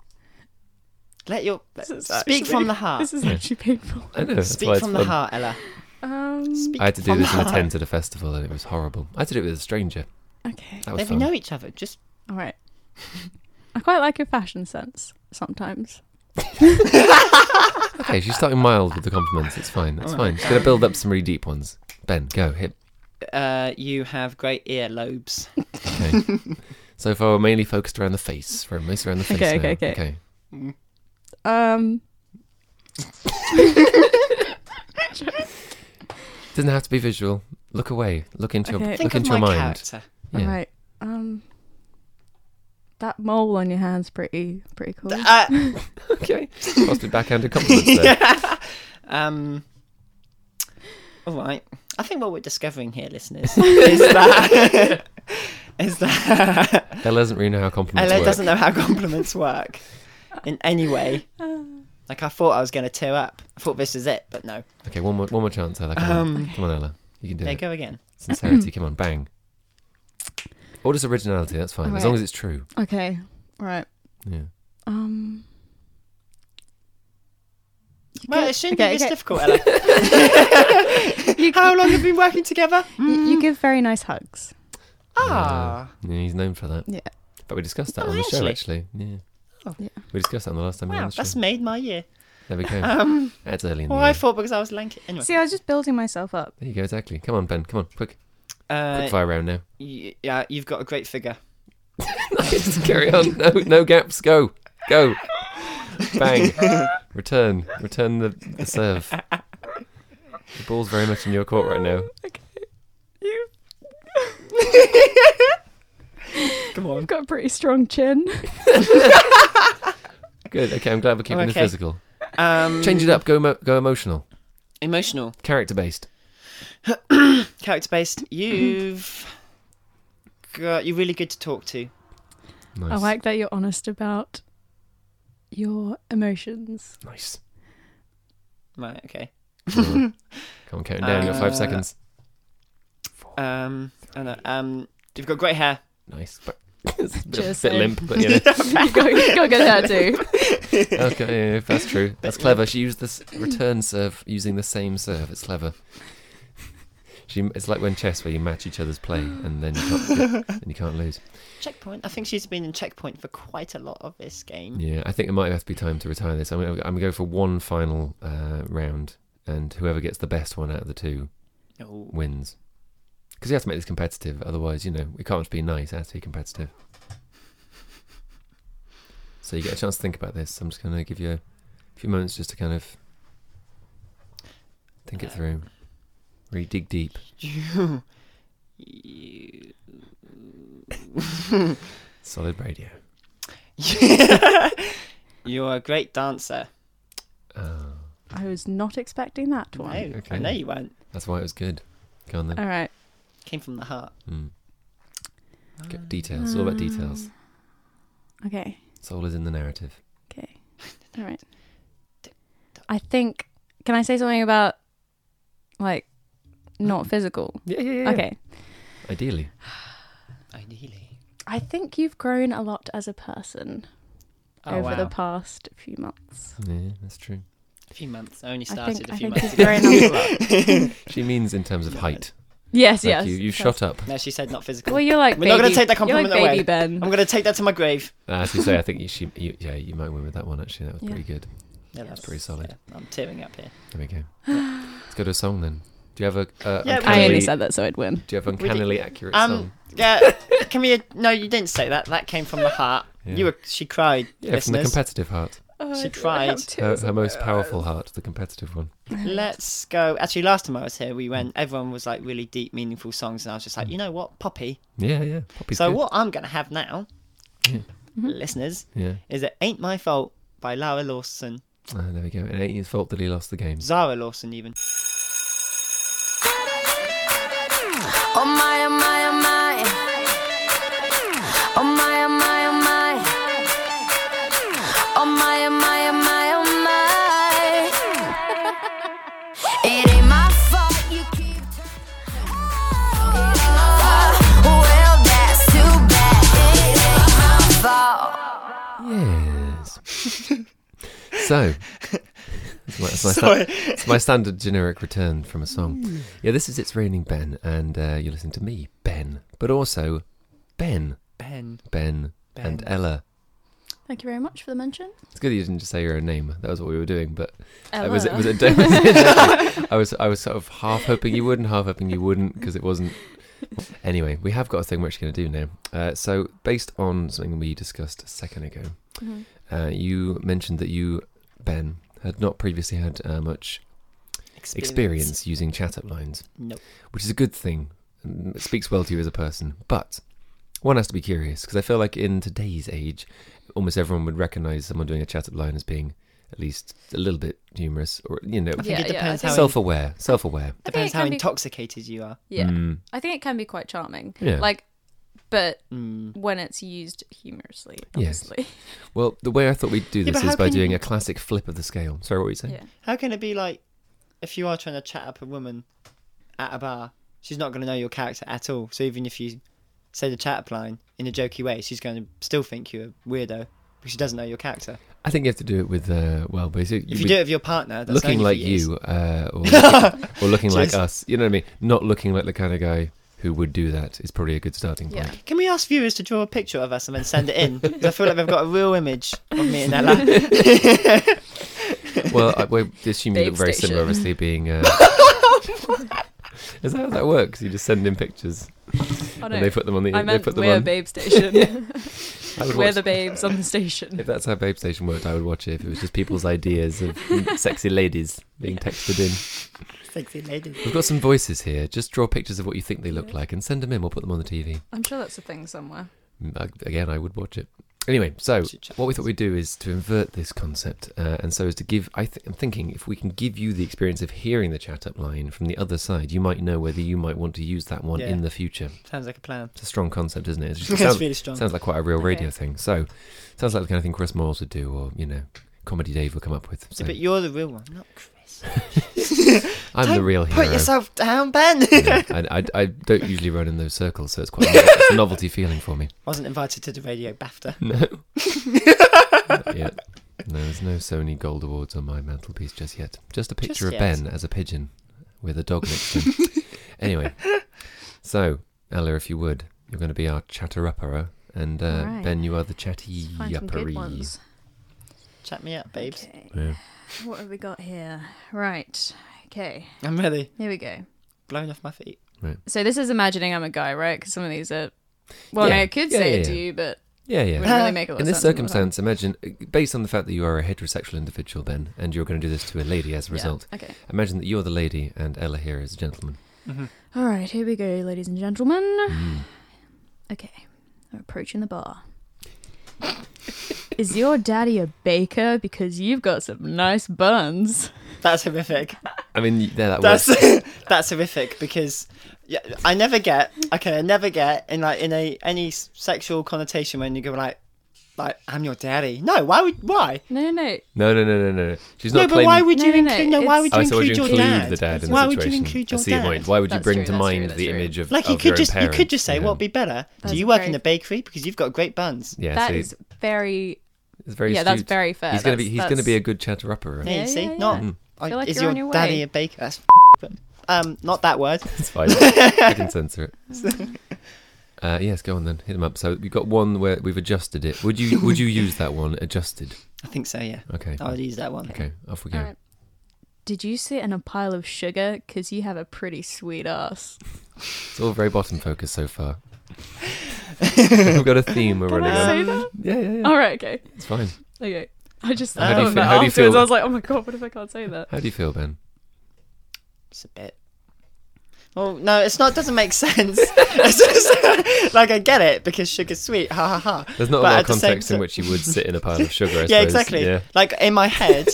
E: Let your
C: this is
E: speak
C: actually-
E: from the heart.
C: This is actually painful.
D: I know. that's why
E: Speak
D: it's
E: from the
D: fun.
E: heart, Ella.
C: Um,
E: Speak
D: I had to do
E: from
D: this
E: the
D: and
E: heart.
D: attend to the festival, and it was horrible. I had to do it with a stranger.
C: okay.
D: That was
E: Let me
D: fun.
E: know each other. Just
C: All right. I quite like your fashion sense sometimes.
D: Okay, she's starting mild with the compliments. It's fine. It's fine. She's going to build up some really deep ones. Ben, go hit.
E: uh, you have great earlobes.
D: Okay. so far, we're mainly focused around the face. We're mostly around the face.
C: Okay,
D: now.
C: okay, okay. Um,
D: Doesn't have to be visual. Look away. Look into
C: Okay.
D: your
E: Think
D: look
E: of my
D: into your mind.
E: character.
D: Yeah.
C: all right. Um, that mole on your hand's pretty pretty cool.
D: Ah.
E: Uh,
D: Okay. Possibly backhanded compliments there.
E: um. All right. I think what we're discovering here, listeners, is that is that
D: Ella doesn't really know how compliments
E: Ella
D: work.
E: doesn't know how compliments work in any way. Like I thought I was going to tear up. I thought this is it, but no.
D: Okay, one more one more chance, Ella. Come, on. come on, Ella. You can do
E: Um, There
D: it.
E: you go again.
D: Sincerity. come on, bang. Or just originality. That's fine. As
C: Alright.
D: long as it's true.
C: Okay. All right.
D: Yeah.
C: Um. you
E: Well,
C: give-
E: it shouldn't
C: okay,
E: be this
C: okay.
E: difficult, Ella. How long have we been working together?
C: You, you give very nice hugs.
E: Ah,
D: Yeah, he's known for that.
C: Yeah.
D: But we discussed that
E: Oh,
D: on the show, actually.
E: actually.
D: Yeah.
E: Oh.
C: Yeah.
D: We discussed that on the last time we were
E: wow,
D: on the
E: that's
D: show.
E: made my year.
D: There we go. that's early in the
E: Well,
D: year.
E: I thought because I was lanky. Anyway,
C: See, I was just building myself up.
D: There you go, exactly. Come on, Ben. Come on, quick. Quick
E: uh,
D: fire round now.
E: y- yeah, you've got a great figure.
D: Just carry on. No, no gaps. Go. Go. Bang. Return. Return the, the serve. The ball's very much in your court right now.
C: Okay. You
E: Come on.
C: got a pretty strong chin.
D: Good. Okay, I'm glad we're keeping the
E: Okay.
D: physical.
E: Um,
D: Change it up. Go emo- go emotional.
E: emotional,
D: Character based.
E: character based. You've got. You're really good to talk to.
D: Nice.
C: I like that you're honest about your emotions.
D: Nice.
E: Right. Okay.
D: Come on, counting down. You've got five
E: Uh,
D: seconds.
E: Um. I know. Um. You've got great hair.
D: Nice. But it's a bit,
C: Cheers,
D: bit
C: Sam.
D: limp, but you know.
C: you go, you go get that too.
D: okay, yeah, yeah, that's true. That's clever. She used this return serve using the same serve. It's clever. She, it's like when chess, where you match each other's play, and then you can't, and you can't lose.
E: Checkpoint. I think she's been in checkpoint for quite a lot of this game.
D: Yeah, I think it might have to be time to retire this. I'm gonna, I'm gonna go for one final uh, round, and whoever gets the best one out of the two
E: Oh.
D: wins. Because you have to make this competitive, otherwise, you know, it can't just be nice. It has to be competitive. So you get a chance to think about this. I'm just gonna give you a few moments just to kind of think it through, really dig deep.
E: You. You.
D: Solid radio.
E: You're a great dancer.
D: Oh,
C: I was not expecting that
E: No,
C: one.
D: okay.
E: I know you weren't.
D: that's why it was good. Go on then.
C: All right.
E: Came from the heart.
D: Mm.
C: uh,
D: Go- details. It's all about details.
C: Okay.
D: Soul is in the narrative.
C: Okay. All right. I think. Can I say something about, like, not
E: Mm.
C: physical?
D: Yeah, yeah,
C: Okay.
D: Ideally.
E: Oh, Ideally.
C: I think you've grown a lot as a person
E: Oh,
C: over the
E: wow.
C: past few months.
D: Yeah, that's true.
E: A few months. I only
C: I
E: started
C: think
E: a
C: I
E: few
C: think
E: months
C: you've
E: ago.
C: grown a lot.
D: She means in terms of height.
C: Yes,
D: Like
C: yes.
D: you, you
C: yes.
D: shot up.
E: No, she said not physical.
C: Well, you're like.
E: We're not gonna
C: baby-
E: take that
C: you're
E: compliment
C: like baby
E: away.
C: Ben.
E: I'm going to take that to my grave.
D: Uh, as you say, I think you, she, you, yeah, you might win with that one. Actually, that was
C: Yeah.
D: pretty good.
E: Yeah,
D: That's pretty solid.
E: yeah, I'm tearing up here.
D: There we go. Let's go to a song then. Do you have a? Uh,
E: Yeah,
D: uncannily,
C: I only
E: Really?
C: said that so I'd win.
D: Do you have uncannily accurate
E: Um,
D: song?
E: yeah. Can we? No, you didn't say that. That came from the heart. You were. She cried.
D: Yeah, from the
E: listeners.
D: competitive heart,
E: she cried.
D: her,
C: Uh,
D: her most powerful heart, the competitive one.
E: Let's go. Actually, last time I was here, we went. Everyone was like really deep, meaningful songs, and I was just like, you know what, Poppy.
D: Yeah, yeah. Poppy's
E: so
D: Mm. good.
E: what I'm gonna have now,
C: Mm-hmm.
E: listeners,
D: Yeah,
E: is it "Ain't My Fault" by Lara Lawson,
D: Ah, there we go. It ain't his fault that he lost the game.
E: Zara Lawson, even.
F: Oh my, oh my, oh my. Oh my, oh my, oh my. Oh my, oh my, oh my, oh my. It ain't my fault you keep turning. Oh, well, that's too bad. It ain't my fault.
D: Yes. so, it's my, it's my sta-
E: Sorry.
D: it's my standard generic return from a song. Yeah, this is It's Raining Ben, and uh, you listen to me, Ben, but also Ben,
E: Ben.
D: Ben, and Ella.
C: Thank you very much for the mention.
D: It's good that you didn't just say your own name. That was what we were doing, but it Uh, was it
C: Ella.
D: was a exactly. I was I was sort of half hoping you would and half hoping you wouldn't because it wasn't. Anyway, we have got a thing we're actually going to do now. Uh, so based on something we discussed a second ago,
C: Mm-hmm.
D: uh, you mentioned that you Ben had not previously had uh, much experience using chat up lines,
E: No.
D: which is a good thing. and It speaks well to you as a person, but one has to be curious because I feel like in today's age, almost everyone would recognise someone doing a chat up line as being at least a little bit humorous or you know
E: I think
C: Yeah,
E: it
C: yeah, I
E: depends
C: think-
E: how
D: self-aware, self-aware.
C: I think
E: depends
C: it can
E: how
C: be-
E: intoxicated you are.
C: Yeah. I think it can be quite charming.
D: Mm. Yeah.
C: Like, but
E: Mm.
C: when it's used humorously,
D: Yes.
C: obviously.
D: Well, the way I thought we'd do
E: Yeah,
D: this
E: but
D: is
E: how
D: by
E: can
D: doing
E: you-
D: a classic flip of the scale. Sorry, what were you saying?
C: Yeah.
E: How can it be like if you are trying to chat up a woman at a bar, she's not going to know your character at all. So even if you say the chat up line in a jokey way, she's going to still think you're a weirdo because she doesn't know your character.
D: I think you have to do it with uh, well, basically
E: If you
D: with
E: do it with your partner, that's known
D: looking
E: for
D: like
E: years.
D: you uh, or, looking, or looking like
E: Cheers.
D: us. You know what I mean? Not looking like the kind of guy who would do that is probably a good starting point.
C: Yeah.
E: Can we ask viewers to draw a picture of us and then send it in? 'Cause I feel like they've got a real image of me and Ella.
D: Well, I, we assume you
C: Babe
D: look very
C: station.
D: similar, obviously, being. Uh... Is that how that works? You just send in pictures
C: Oh,
D: and they put them on the.
C: I
D: they
C: meant
D: put them
C: we're
D: on.
C: babe station.
D: I would
C: we're
D: watch-
C: the babes on the
D: If
C: station.
D: that's how Babe Station worked, I would watch it. If it was just people's ideas of sexy ladies being texted in.
E: Sexy lady.
D: We've got some voices here. Just draw pictures of what you think they look like and send them in. We'll put them on the TV.
C: I'm sure that's a thing somewhere.
D: Mm, ag- Again, I would watch it. Anyway, so what we thought we'd do is to invert this concept, uh, and so as to give. I th- I'm thinking if we can give you the experience of hearing the chat up line from the other side, you might know whether you might want to use that one
E: Yeah.
D: in the future.
E: Sounds like a plan.
D: It's a strong concept, isn't it? It's just-
E: It's
D: sounds,
E: really strong.
D: Sounds like quite a real radio
C: Okay.
D: thing. So, sounds like the kind of thing Chris Moyles would do, or you know, Comedy Dave would come up with. So
E: But you're the real one, not Chris.
D: I'm the
E: Don't
D: real hero.
E: Put yourself down, Ben.
D: Yeah, I, I, I don't usually run in those circles, so it's quite a novel- it's a novelty feeling for me.
E: Wasn't invited to the radio BAFTA.
D: No. Not yet. No, there's no Sony Gold Awards on my mantelpiece just yet. Just a picture of
E: yet.
D: Ben as a pigeon with a dog next to him. anyway, so, Ella, if you would, you're going to be our chatterupperer, and uh,
C: Alright.
D: Ben, you are the chatty
C: Find some good
D: uppery.
C: ones.
E: Chat me up, babes.
C: Okay.
D: Yeah.
C: What have we got here? Right. Okay.
E: I'm really
C: Here we go.
E: blown off my feet.
C: So this is imagining I'm a guy, right? Because some of these are. Well,
D: Yeah.
C: no, I could
D: Yeah,
C: say
D: yeah,
C: it to
D: yeah.
C: you, but
D: Yeah,
C: it
D: yeah.
C: wouldn't really make a lot
D: In
C: of
D: this
C: sense.
D: circumstance, imagine, based on the fact that you are a heterosexual individual, Ben, and you're going to do this to a lady as a result,
C: Okay.
D: imagine that you're the lady and Ella here is a gentleman.
C: All right, here we go, ladies and gentlemen.
D: Mm.
C: Okay, I'm approaching the bar. Is your daddy a baker? Because you've got some nice buns.
E: That's horrific.
D: I mean, y- there that
E: That's
D: was.
E: that's horrific because yeah, I never get. Okay, I never get in like in a any s- sexual connotation when you go like, like I'm your daddy. No, why would why?
C: No, no, no.
D: No, no, no, no, no. She's
E: No,
D: not
E: but
D: playing.
E: why would
C: No,
E: you
C: no, no,
E: include? No, why
C: it's-
E: would
D: Oh,
E: you
D: so would
E: include
D: you
E: your
D: include
E: dad?
D: the dad in the
E: why
D: situation?
E: would you include your
D: I see your point.
E: dad?
D: Why would you
C: That's
D: bring
C: true,
D: to
C: that's
D: mind
C: true,
D: the
C: that's true.
D: image of
E: Like you
D: of
E: could
D: your own
E: just
D: parent?
E: you could just say what would be better?
C: That's
E: Do you work
C: very-
E: in a bakery because you've got great buns?
D: Yeah,
C: That
D: so
C: is very.
D: it's very
C: yeah, that's
D: astute.
C: very fair.
D: He's gonna be
C: That's-
D: he's gonna
C: that's-
D: be a good chatter upper.
E: Yeah,
C: Yeah,
E: you see,
C: yeah,
E: not
D: Hmm.
C: yeah.
E: I-
C: Feel like
E: is
C: you're
E: your
C: on your
E: daddy
C: way.
E: a baker? That's f- um, not that word.
D: It's fine. I can censor it. Uh, yes, go on then. Hit him up. So we've got one where we've adjusted it. Would you would you use that one adjusted?
E: I think so. Oh, Yeah,
D: Okay.
E: I would use that one.
D: Okay. Off we go.
C: Alright. Did you sit in a pile of sugar? Because you have a pretty sweet ass.
D: It's all very bottom focused so far. We've got a theme we're
C: Did
D: running
C: I
D: on.
C: say that?
D: Yeah, yeah, yeah.
C: Um, All right, okay.
D: It's fine.
C: Okay. I just
D: How
C: thought
D: do you
C: of
D: feel-
C: that
D: how do you
C: afterwards.
D: feel-
C: I was like, oh my god, what if I can't say that?
D: How do you feel, Ben?
E: It's a bit. Well, no, it's not. Doesn't make sense. It's just- like I get it because sugar's sweet. Ha ha ha.
D: There's not
E: But
D: a
E: at
D: lot of
E: the same
D: context in
E: ti-
D: which you would sit in a pile of sugar. I
E: Yeah,
D: suppose.
E: exactly.
D: Yeah.
E: Like in my head,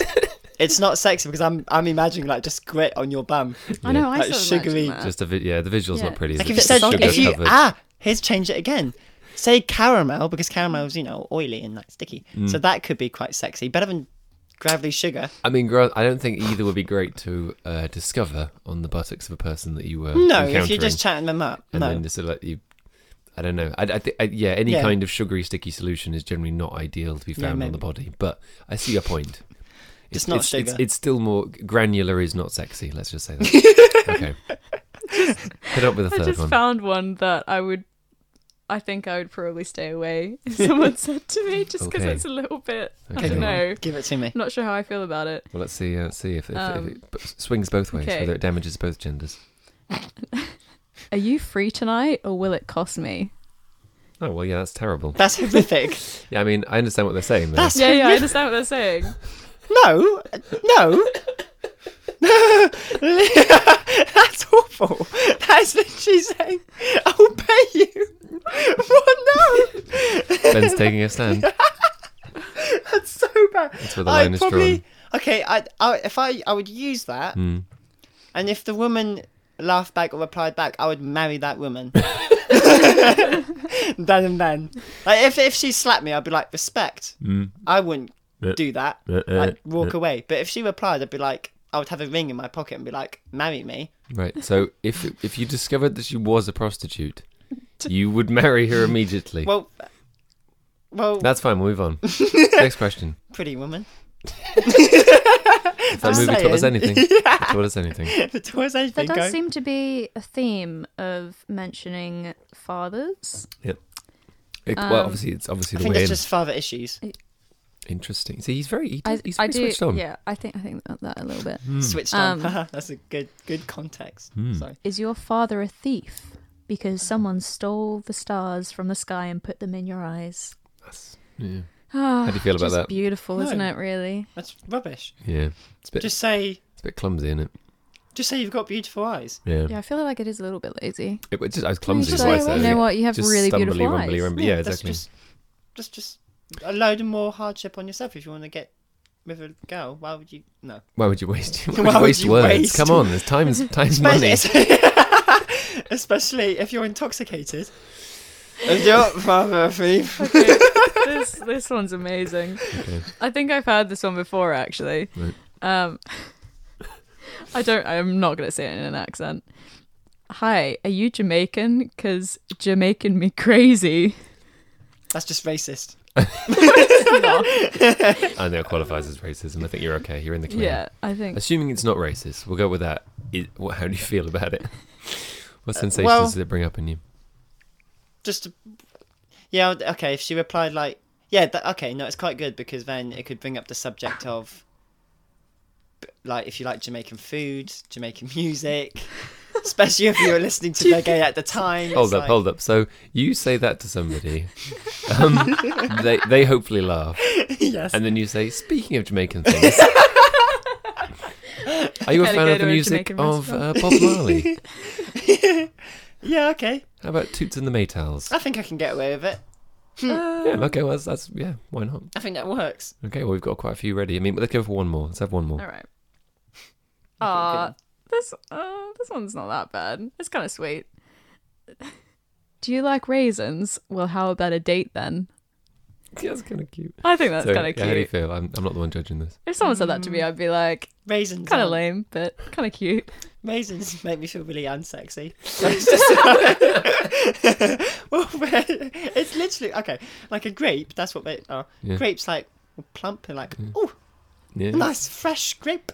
E: it's not sexy because I'm I'm imagining like just grit on your bum.
C: I know, I
E: Like
C: still
E: sugary-
C: imagine that.
D: Just a vi- yeah, the visual's
C: Uh, Yeah.
D: not pretty.
E: Like
D: is
E: if
D: it?
E: you said
D: Sugar
E: if you
D: covered.
E: ah, here's change it again. Say caramel because caramel's you know oily and like sticky, so that could be quite sexy. Better than gravelly sugar.
D: Mm. I mean, Grant, I don't think either would be great to uh, discover on the buttocks of a person that you were
E: No,
D: encountering.
E: if you're just chatting them up,
D: and
E: no.
D: then just sort of let you. I don't know. I, I think I, yeah, any
E: Yeah.
D: kind of sugary, sticky solution is generally not ideal to be found on
E: maybe.
D: the body. But I see your point.
E: It's not
D: it's, It's,
E: sugar.
D: it's still more granular. Is not sexy. Let's just say that. okay. Hit up with a
C: I
D: third
C: just
D: one.
C: found one that I would. I think I would probably stay away if someone said to me, just because
D: Okay.
C: it's a little bit. I
D: Okay.
C: don't know.
E: Give it to me.
C: I'm not sure how I feel about it.
D: Well, let's see. Uh, see if, if,
C: Um,
D: if it b- swings both ways,
C: okay.
D: whether it damages both genders.
C: Are you free tonight, or will it cost me?
D: Oh well, yeah, that's terrible.
E: That's horrific.
D: Yeah, I mean, I understand what they're saying. There.
E: That's
C: Yeah, yeah, I understand what they're saying.
E: No, no. That's awful. That's literally saying, I'll pay you. What? No.
D: Ben's taking a stand.
E: That's so bad. That's
D: where the
E: I
D: line is
E: probably, Okay, I, I, if I, I would use that.
D: Hmm.
E: And if the woman laughed back or replied back, I would marry that woman. then and then. Like, if, if she slapped me, I'd be like, respect.
D: Hmm.
E: I wouldn't do that. I'd walk away. But if she replied, I'd be like, I would have a ring in my pocket and be like, marry me.
D: Right. So if if you discovered that she was a prostitute, you would marry her immediately.
E: Well, well,
D: That's fine. We'll move on. Next question.
E: pretty woman.
D: If that movie taught us
E: saying.
D: anything, it taught us anything.
E: Towards
C: There
E: anything,
C: does
E: go.
C: seem to be a theme of mentioning fathers.
D: Yep. It,
C: Um,
D: well, obviously, it's
E: I
D: obviously the
E: think
D: way in.
E: it's just father issues.
D: Interesting. See, he's very, he does,
C: I,
D: he's
C: I
D: very
C: do,
D: switched on.
C: yeah. I think I think that, that a little bit.
E: Switched on. That's a good good context.
D: Hmm.
E: Sorry.
C: Is your father a thief? Because someone stole the stars from the sky and put them in your eyes. Ah,
D: That's- yeah. How do you feel about
C: Just
D: that?
C: beautiful, isn't
E: No.
C: it? Really.
E: That's rubbish.
D: yeah. It's a bit,
E: Just say,
D: it's a bit clumsy, isn't it?
E: just say you've got beautiful eyes.
D: Yeah.
C: Yeah, I feel like it is a little bit lazy.
D: It was just, I was clumsy.
C: just
D: is what I
C: say,
D: said.
C: you know what, you have
D: just
C: really
D: stumbly,
C: beautiful
D: rumbly,
C: eyes.
D: rumbly. Yeah,
E: that's
D: exactly.
E: Just, that's just a load of more hardship on yourself if you want to get with a girl. Why would you? No.
D: Why would you waste? Why
E: Why
D: would you
E: would
D: waste
E: you
D: words?
E: waste-
D: Come on, there's times times money.
E: Especially if you're intoxicated. If you're father of thief.
C: this this one's amazing. I think I've heard this one before actually. Um, I don't. I'm not gonna say it in an accent. Hi, are you Jamaican? Cause Jamaican me crazy.
E: That's just racist.
D: I know it qualifies as racism. I think you're okay. You're in the clear.
C: Yeah, I think
D: Assuming it's not racist, we'll go with that. It, what, how do you feel about it?
C: Uh,
D: What sensations
E: well-
D: does it bring up in you?
E: Just, to, yeah. Okay. If she replied like, yeah, that, okay, no, it's quite good because then it could bring up the subject of, like, if you like Jamaican food, Jamaican music, especially if you were listening to reggae at the time.
D: Hold
E: it's
D: up,
E: like-
D: hold up. So you say that to somebody, um, they they hopefully laugh,
E: yes.
D: and then you say, "Speaking of Jamaican things, are you a
C: Gotta
D: fan of
C: go
D: the
C: to a
D: music
C: Jamaican
D: of uh, Bob Marley?
E: Yeah. Okay.
D: How about Toots and the Maytals?
E: I think I can get away with it.
C: Oh.
D: yeah, okay, well that's, that's yeah, why not?
E: I think that works.
D: Okay, well we've got quite a few ready. I mean, let's go for one more. Let's have one more.
C: All right. Uh, this uh, this one's not that bad. It's kind of sweet. Do you like raisins? Well, how about a date then?
D: Yeah, that's kind of cute.
C: I think that's
D: So,
C: kind of
D: yeah, how do you
C: cute.
D: feel? I'm, I'm not the one judging this.
C: If someone said that to me, I'd be like,
E: Raisins.
C: kind of
E: aren't-
C: lame, but kind of cute.
E: Raisins make me feel really unsexy. It's just- well, it's literally okay. Like a grape, that's what they are.
D: Yeah.
E: Grapes like plump and like oh,
D: Yeah,
E: nice fresh grape.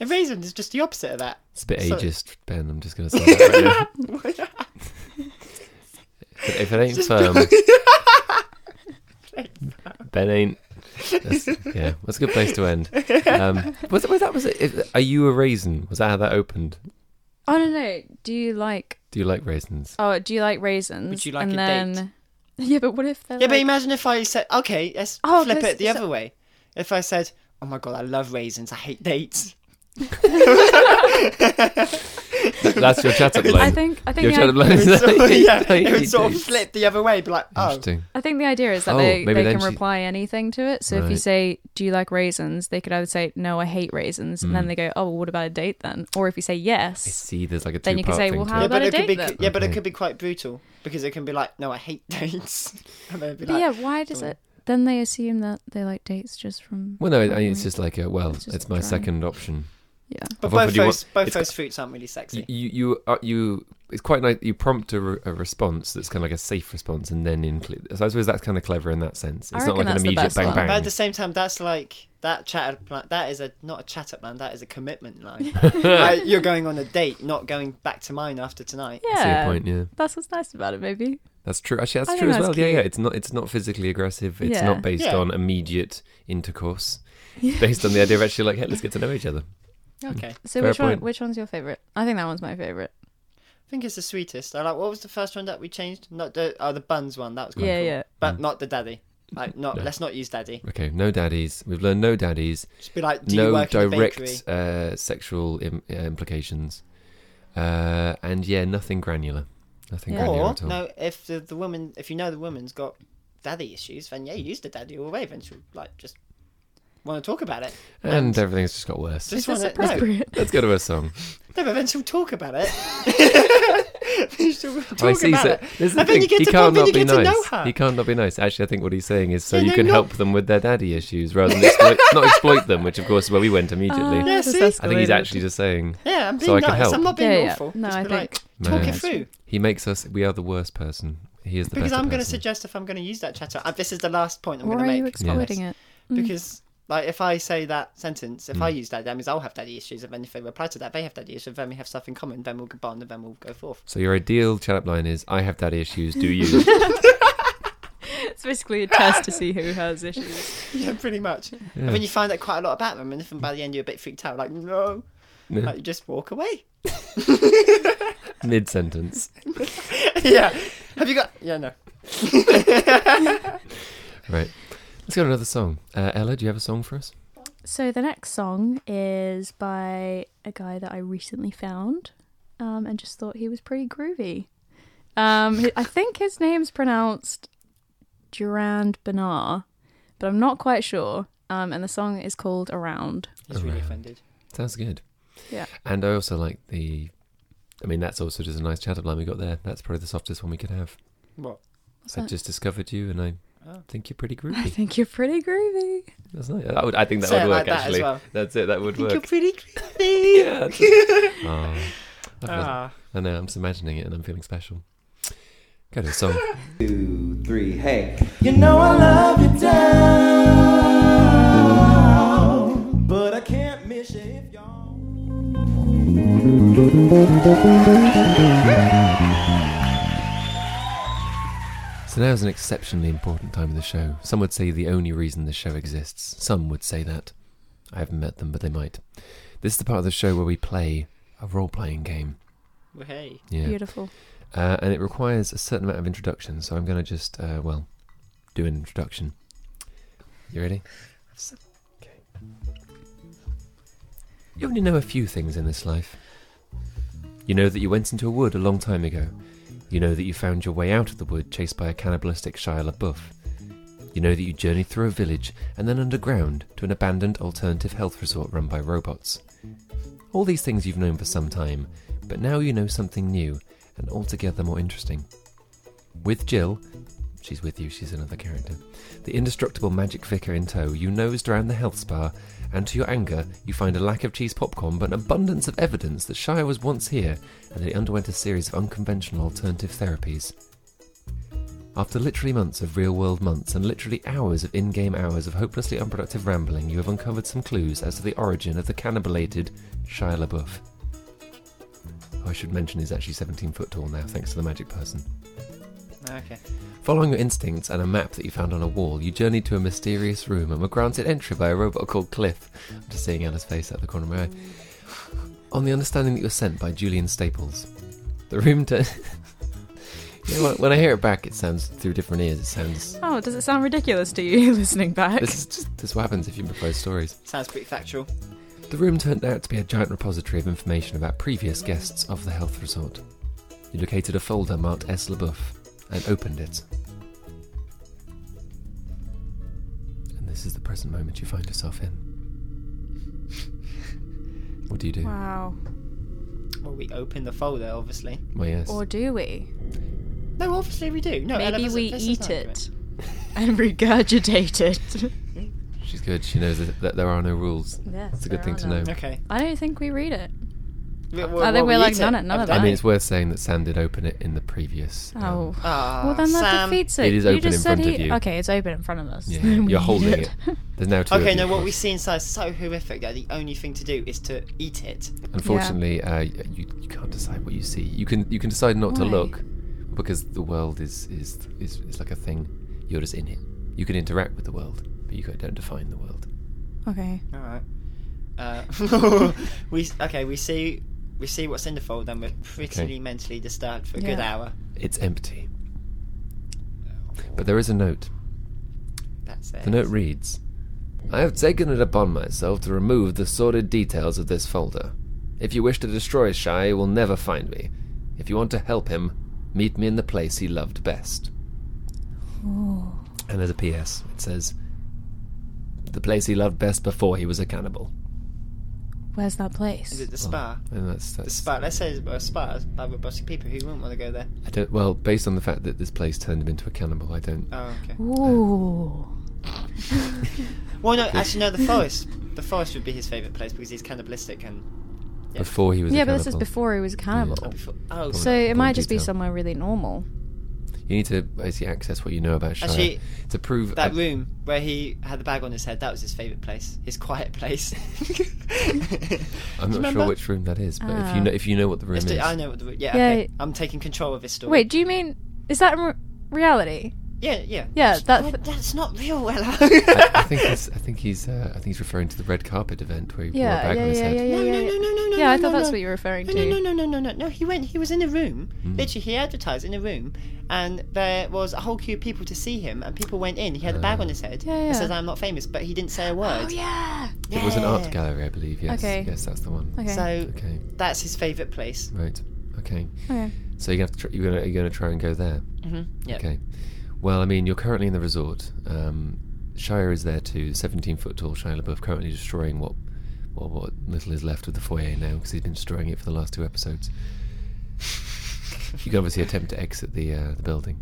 E: A raisin is just the opposite of that.
D: it's a bit
E: sorry.
D: ageist, Ben. I'm just gonna say that right now. If it ain't firm, Ben ain't That's, yeah, that's a good place to end. Um, was, was that was it? if- Are you a raisin? Was that how that opened?
C: Oh no no. Do you like?
D: Do you like raisins?
C: Oh, do you like raisins?
E: Would you like
C: and
E: a
C: then...
E: date?
C: Yeah, but what if they're
E: Yeah, but
C: like-
E: imagine if I said, okay, let's
C: Oh,
E: flip
C: because-
E: it the
C: so-
E: other way. If I said, oh my god, I love raisins, I hate dates.
D: That's your chat up line.
C: I think I think
D: your
C: the
D: chat up
C: i-
D: line. is
E: So, yeah,
D: like,
E: it would sort of
D: dates.
E: flip the other way, be like, oh,
D: Interesting.
C: I think the idea is that
D: Oh,
C: they,
D: maybe
C: they
D: then
C: can
D: she-
C: reply anything to it. So if you
D: Right.
C: say, "Do you like raisins?" they could either say, "No, I hate raisins,"
D: Hmm.
C: and then they go, "Oh, well, what about a date then?" Or if you say
D: I
C: yes,
D: see. There's like a two
C: Then you can
D: part
C: say,
D: thing.
C: well,
D: to
C: how
E: yeah,
D: it.
E: but
C: about a
E: it could be,
C: date then?
E: yeah, but it
D: Okay.
E: could be quite brutal because it can be like, no, I hate dates, and then it'd be
C: but
E: like,
C: yeah, why does it? Then they assume that they like dates just from.
D: Well, no, I
C: from
D: mean, it's
C: like-
D: just like a, well, it's,
C: It's just
D: my
C: dry.
D: second option.
C: yeah.
E: But
D: I've offered
E: both
D: you
E: those,
D: what-
E: both
D: it's
E: those fruits aren't really sexy.
D: You you uh, you. It's quite nice. You prompt a, re- a response that's kind of like a safe response, and then include. So I suppose that's kind of clever in that sense.
C: I
D: It's not
C: reckon
D: like an
C: that's the
D: immediate
C: best
D: bang
C: one.
D: bang.
E: But at the same time, that's like that chat up line. That is a not a chat up line. That is a commitment line. Like, you're going on a date, not going back to mine after tonight.
D: I see
C: Yeah.
D: your point. Yeah,
C: That's what's nice about it, maybe.
D: that's true. Actually,
C: I
D: that's
C: think
D: true as
C: that's
D: well. Yeah, yeah.
C: cute.
D: It's not. It's not physically aggressive. It's
C: Yeah.
D: not based
E: Yeah.
D: on immediate intercourse. It's based on the idea of actually like, hey, let's get to know each other.
E: Okay,
C: So
D: Fair
C: which one?
D: point.
C: Which one's your favorite? I think that one's my favorite.
E: I think it's the sweetest. I like. What was the first one that we changed? Not the oh the buns one. That was quite
C: Yeah,
E: cool.
C: yeah.
D: Mm.
E: But not the daddy. Like not. Let's not use daddy.
D: Okay, no daddies. We've learned no daddies.
E: Just be like, do you
D: no
E: work in a bakery?
D: direct uh, sexual Im- uh, implications, uh, and yeah, nothing granular. Nothing
C: Yeah.
D: granular
E: Or
D: at all.
E: no, if the, the woman, if you know the woman's got daddy issues, then yeah, use the daddy all the way. Then she'll like just want to talk about it.
D: And everything's just got worse.
E: Just
C: That's
E: want to no,
C: appropriate.
D: Let's go to a song.
E: no, but then she'll talk about it. she'll talk
D: I see.
E: about
D: So,
E: it.
D: this is the
E: and then
D: thing.
E: you get
D: he
E: to,
D: can't
E: and then
D: not
E: you
D: be
E: get to
D: nice.
E: know her.
D: He can't not be nice. Actually, I think what he's saying is so
E: Yeah,
D: you
E: no,
D: can
E: not-
D: help them with their daddy issues rather than exploit, not exploit them, which of course is where we went immediately.
C: Ah,
E: Yeah,
C: this
E: see?
C: escalated.
D: I think he's actually just saying.
E: Yeah, I'm being
D: So I can
E: nice.
D: help.
E: I'm not being
C: Yeah, yeah.
E: awful.
C: No,
E: Just
C: I
E: be like,
D: Man,
E: talk it through.
D: He makes us. We are the worst person. He is the
E: Because
D: better
E: I'm going to
D: person.
E: suggest if I'm going to use that chatter, uh, this is the last point I'm
C: Or
E: going to
C: are
E: make.
C: you exploiting it?
E: Because like if I say that sentence, if I
C: Mm.
E: use that, that means I'll have daddy issues, and then if they reply to that, they have daddy issues, then we have stuff in common, then we'll go bond, and then we'll go forth.
D: So your ideal chat up line is: I have daddy issues. Do you?
C: It's basically a test to see who has issues.
E: yeah, pretty much. And then you find out quite a lot about them, and if by the end you're a bit freaked out, like no, like you just walk away.
D: Mid sentence.
E: yeah. Have you got? Yeah, no.
D: Right. Let's go to another song. Uh, Ella, do you have a song for us?
C: So the next song is by a guy that I recently found, um, and just thought he was pretty groovy. Um, hi- I think his name's pronounced Durand Benar, but I'm not quite sure. Um, and the song is called Around.
E: He's really offended.
D: Sounds good.
C: Yeah.
D: And I also like the. I mean, that's also just a nice chat up line we got there. That's probably the softest one we could have.
E: What?
D: I just discovered you, and I
E: Oh.
D: think you're pretty
C: I
D: groovy.
C: think you're pretty groovy.
D: That's nice. That would, I think that
E: Say
D: would
E: it
D: work
E: like that as
D: actually.
E: well.
D: That's it. That would
E: You're
D: work.
E: pretty creepy.
D: Yeah, that's it. Aw. I've got-
E: Ah.
D: I know. I'm just imagining it, and I'm feeling special. Go to a song.
B: three, hey. You know I love you down, but I can't miss you if y'all.
D: So now is an exceptionally important time of the show. Some would say the only reason the show exists. Some would say that. I haven't met them, but they might. This is the part of the show where we play a role-playing game.
E: Well, hey.
D: Yeah.
C: Beautiful.
D: Uh, and it requires a certain amount of introduction, so I'm going to just, uh, well, do an introduction. You ready? You only know a few things in this life. You know that you went into a wood a long time ago. You know that you found your way out of the wood chased by a cannibalistic Shia LaBeouf. You know that you journeyed through a village and then underground to an abandoned alternative health resort run by robots. All these things you've known for some time, but now you know something new and altogether more interesting. With Jill, she's with you, she's another character, the indestructible magic vicar in tow, you nosed around the health spa, and to your anger, you find a lack of cheese popcorn but an abundance of evidence that Shire was once here and that he underwent a series of unconventional alternative therapies. After literally months of real world months and literally hours of in game hours of hopelessly unproductive rambling, you have uncovered some clues as to the origin of the cannibalated Shia LaBeouf. I should mention he's actually 17 foot tall now, thanks to the magic person.
E: Okay.
D: Following your instincts and a map that you found on a wall, you journeyed to a mysterious room and were granted entry by a robot called Cliff. I'm just seeing Anna's face out of the corner of my eye. On the understanding that you were sent by Julian Staples. The room to. You know what, when I hear it back, it sounds through different ears. It sounds.
C: Oh, does it sound ridiculous to you listening back?
D: This is just this is what happens if you improvise stories.
E: Sounds pretty factual.
D: The room turned out to be a giant repository of information about previous guests of the health resort. You located a folder marked S. LaBeouf and opened it. And this is the present moment you find yourself in. What do you do?
C: Wow.
E: Well, we open the folder, obviously.
D: Well, yes.
C: Or do we?
E: No, obviously we do. No, Ella,
C: Maybe
E: this-
C: we
E: this is
C: eat
E: not
C: it and regurgitate it.
D: She's good. She knows that, that there are no rules.
C: Yes,
D: It's a good thing to know.
E: Okay.
C: I don't think we read it.
E: I think
C: think we're like none at- none of
D: I
C: that.
D: mean, it's worth saying that Sam did open it in the previous. um,
C: Oh.
E: Ah,
C: well, then that
E: Sam.
C: defeats it.
D: It is
C: you
D: open
C: just
D: in
C: said
D: front of
C: he-
D: you.
C: Okay, it's open in front of us.
D: yeah,
C: We
D: you're holding
C: eat
D: it. There's now two. of
E: Okay,
D: you,
E: no,
D: of
E: what
D: course.
E: we see inside is so horrific that the only thing to do is to eat it.
D: Unfortunately, uh, you, you can't decide what you see. You can you can decide not to
C: Why?
D: look, because the world is is, is is like a thing. You're just in it. You can interact with the world, but you don't define the world.
C: Okay.
E: All right. Uh, we okay. We see we see what's in the folder, and we're pretty
D: Okay.
E: mentally disturbed for a good
C: Yeah.
E: hour.
D: It's empty. But there is a note.
E: That's it.
D: The note reads I have taken it upon myself to remove the sordid details of this folder. If you wish to destroy Shy, you will never find me. If you want to help him, meet me in the place he loved best. And there's a P.S. It says, The place he loved best before he was a cannibal.
C: Where's that place?
E: Is it the spa?
D: And that's,
E: The
D: that's
E: spa. Let's say it's a spa is by robotic people. Who wouldn't want to go there?
D: I don't, well, based on the fact that this place turned him into a cannibal, I don't.
E: Oh, okay.
C: Ooh.
E: Well, no, actually, no. The forest. The forest would be his favorite place because he's cannibalistic and.
D: Before he was
C: yeah,
D: a
C: but
D: cannibal.
C: this is before he was a cannibal.
D: Yeah.
E: Oh,
C: So
E: so
C: it
D: Full
C: might just be
D: detail.
C: somewhere really normal.
D: You need to basically access what you know about Shy.
E: Actually,
D: to prove
E: that
D: I-
E: room where he had the bag on his head, that was his favorite place. His quiet place.
D: I'm not sure which room that is, but if
C: Ah.
D: you know if you know what the room
E: It's
D: is,
E: the- I know what the yeah,
C: Yeah,
E: okay.
C: it-
E: I'm taking control of this story.
C: Wait, do you mean is that in re- reality?
E: Yeah, yeah.
C: Yeah, that's
E: Wait, that's not real, Ella.
D: I, I think he's, I think he's uh, I think he's referring to the red carpet event where he wore a
C: yeah,
D: bag
C: yeah,
D: on his
C: yeah,
D: head.
C: yeah, yeah,
E: no,
C: yeah,
E: no,
C: yeah.
E: no, no, no, no.
C: Yeah, I thought
E: no,
C: that's
E: no.
C: what you were referring
E: No,
C: to.
E: no, no, no, no, no, no. He went. He was in a room.
D: Mm.
E: Literally, he advertised in a room, and there was a whole queue of people to see him, and people went in. He had a
D: Uh.
E: bag on his head.
C: Yeah,
E: It
C: yeah.
E: says, "I'm not famous," but he didn't say a word.
C: Oh yeah.
D: It was an
E: Yeah.
D: art gallery, I believe. Yes,
C: Okay.
D: yes, that's the one.
C: Okay.
E: So
D: Okay,
E: that's his favorite place.
D: right. Okay,
C: okay.
D: so you're gonna have to tr- you're gonna you're gonna try and go there.
E: Yeah.
D: Okay. Well, I mean, you're currently in the resort. Um, Shire is there too. 17 foot tall Shia LaBeouf, currently destroying what, well, what little is left of the foyer now because he's been destroying it for the last two episodes. you can obviously attempt to exit the uh, the building.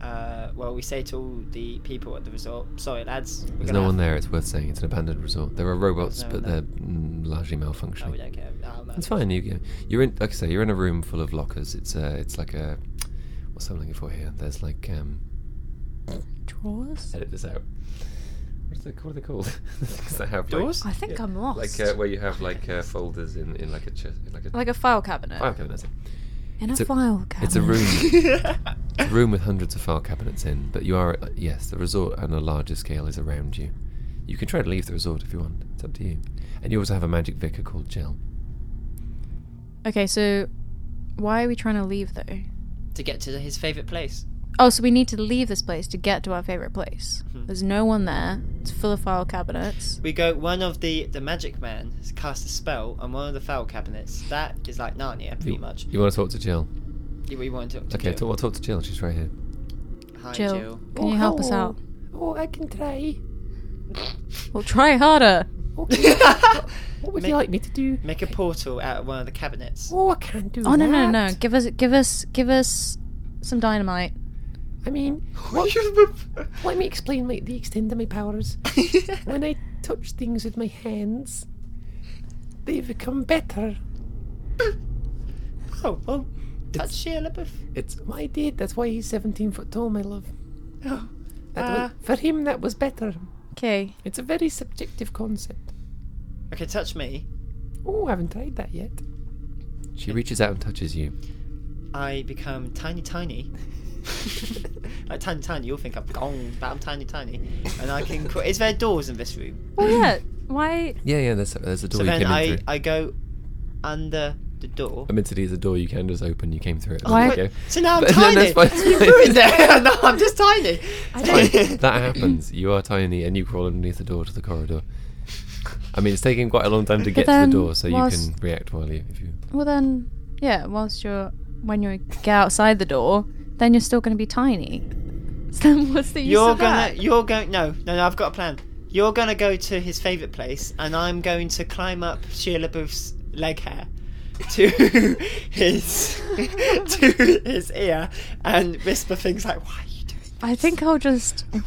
E: Uh, well, we say to all the people at the resort, "Sorry, lads, we're
D: There's
E: gonna
D: no
E: have-
D: one there. It's worth saying it's an abandoned resort. There are robots,
E: no
D: but
E: one
D: they're
E: there.
D: mm, largely malfunctioning.
E: No, we don't care. Oh, no.
D: It's fine. You you- you're in like I say you're in a room full of lockers. It's uh it's like a what's I'm looking for here. There's like um
C: Drawers?
D: edit this out. What's the, what are they called? The things that have, like-
E: Doors?
C: I think I'm
D: Like
C: lost.
D: uh, where you have like uh, folders in, in like a chest, in
E: Oh,
D: like a
C: Like a file cabinet.
D: file cabinet. that's it.
C: in a,
D: it's a-
C: file cabinet.
D: It's a room, it's a room with hundreds of file cabinets in. But you are at- yes, the resort on a larger scale is around you. You can try to leave the resort if you want. It's up to you. And you also have a magic vicar called Jill.
C: Okay, so why are we trying to leave though?
E: to get to his favorite place.
C: Oh, so we need to leave this place to get to our favorite place.
E: Mm-hmm.
C: There's no one there. It's full of file cabinets.
E: We go. One of the the magic man has cast a spell on one of the file cabinets. That is like Narnia, pretty much.
D: You want to talk to Jill?
E: We want to. to
D: Okay,
E: Jill.
D: talk, well, talk to Jill. She's right here.
E: Hi,
C: Jill,
E: Jill.
C: can you help us out?
H: Oh, I can try.
C: Well, try harder.
H: What would
E: Make-
H: you like me to do?
E: Make a portal out of one of the cabinets.
H: Oh, I can do
C: Oh no no
H: that.
C: no! Give us give us give us some dynamite.
H: I mean, let me explain like the extent of my powers. when I touch things with my hands, they become better.
E: oh, oh, that's Shia LaBeouf.
H: It's what I did. That's why he's 17 foot tall, my love. That was,
E: Ah.
H: for him, that was better.
C: Okay.
H: It's a very subjective concept.
E: Okay, touch me.
H: Oh, I haven't tried that yet.
D: She reaches out and touches you.
E: I become tiny, tiny. like tiny, tiny. You'll think I'm gone, but I'm tiny, tiny, and I can. Qu- is there doors in this room?
C: Well, yeah. Why?
D: Yeah, yeah. There's there's a door
E: So
D: you
E: then
D: came in
E: I
D: through.
E: I go under the door.
D: Admittedly, it's a door you can just open. You came through it.
C: I-
D: There you go.
E: So now I'm
D: But no,
E: tiny.
D: that's fine.
E: you ruined it. no, I'm just tiny.
C: I
D: Fine. that happens. You are tiny and you crawl underneath the door to the corridor. I mean, it's taking quite a long time to get
C: then
D: to the door, so you
C: whilst-
D: can react while you. If you
C: Well, then, yeah. Whilst you're when you get outside the door, then you're still going to be tiny. So then what's the use
E: You're
C: of
E: gonna,
C: that?
E: you're going. No, no, no. I've got a plan. You're gonna go to his favorite place, and I'm going to climb up Sheila LaBeouf's leg hair to his to his ear and whisper things like, "Why are you doing?
C: I think I'll just
E: Why?"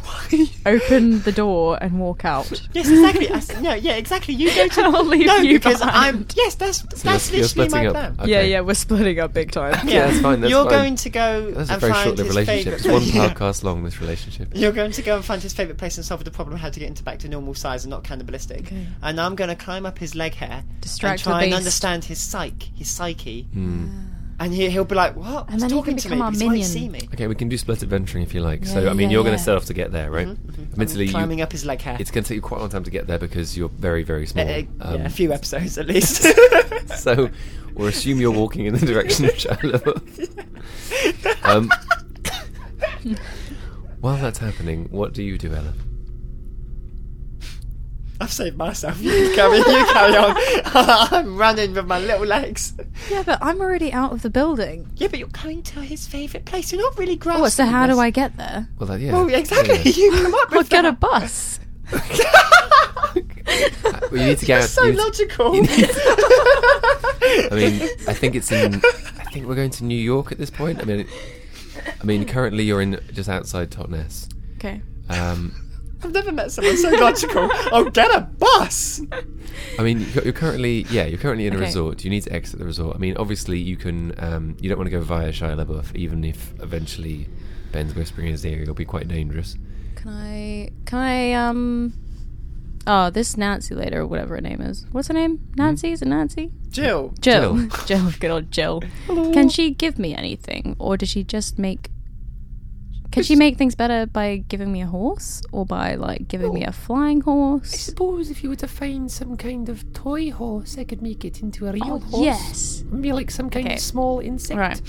E: Are you?
C: open the door and walk out.
E: Yes, exactly. I s- no, yeah, exactly. You go to.
C: I'll leave
E: no,
C: you
E: because I'm.
C: behind.
E: Yes, that's that's
D: you're,
E: literally
D: you're splitting
E: my plan.
D: up. Okay.
C: Yeah, yeah. We're splitting up big time.
D: Yeah, that's fine, that's
E: you're
D: fine.
E: going to go
D: That's a
E: and
D: very
E: find
D: short-lived
E: his
D: relationship.
E: Favorite
D: It's one
E: place. Yeah.
D: podcast long. This relationship.
E: You're going to go and find his favourite place and solve the problem how to get into back to normal size and not cannibalistic.
C: Okay.
E: And I'm going to climb up his leg hair
C: Distract
E: and
C: the
E: try and
C: beast. Ah.
E: understand his psyche, his psyche.
D: Hmm.
E: And he, he'll be like, "What?
C: And
E: He's
C: then he
E: talking
C: can
E: to me,
C: become our
E: but he won't
C: minion.
E: see me."
D: Okay, we can do split adventuring if you like. so
C: Yeah,
D: I mean,
C: yeah,
D: you're going
C: yeah.
D: to set off to get there, right? Admittedly, you-
E: Mm-hmm, Climbing up his leg hair.
D: it's going to take you quite a long time to get there because you're very, very
E: Uh,
D: small.
E: uh,
D: Um,
E: yeah, a few episodes at least.
D: So we'll assume you're walking in the direction of Shiloh. um, while that's happening, what do you do, Ella?
E: I've saved myself. You carry, you carry on. I'm running with my little legs.
C: Yeah, but I'm already out of the building.
E: Yeah, but you're going to his favourite place. You're not really grasping.
C: Oh, so how
E: this.
C: do I get there?
D: Well, that, yeah.
C: Oh,
E: Well, exactly.
D: yeah.
E: You come up with
C: I'll get a
E: that.
C: bus.
D: Well, you need to get out-
E: That's so
D: you need to-
E: logical.
D: you need to- I mean, I think it's in. I think we're going to New York at this point. I mean, I mean, currently you're in just outside Totnes.
C: Okay.
D: Um,
E: I've never met someone so logical. oh, get a bus.
D: I mean, you're you're currently yeah, you're currently in a
C: Okay.
D: resort. You need to exit the resort. I mean, obviously you can. Um, you don't want to go via Shia LaBeouf, even if eventually Ben's whispering in his ear. It'll be quite dangerous.
C: Can I? Can I? Um. Oh, this Nancy later, or whatever her name is. What's her name? Nancy? Is it Nancy?
E: Jill.
C: Hmm? Jill. Jill. Good old Jill. Can she give me anything, or does she just make? Can she make things better by giving me a horse, or by like giving me a flying
H: I
C: horse?
H: suppose if you were to find some kind of toy horse, I could make it into a real
C: Oh,
H: horse.
C: yes.
H: Maybe like some kind
C: Okay.
H: of small insect.
C: Right.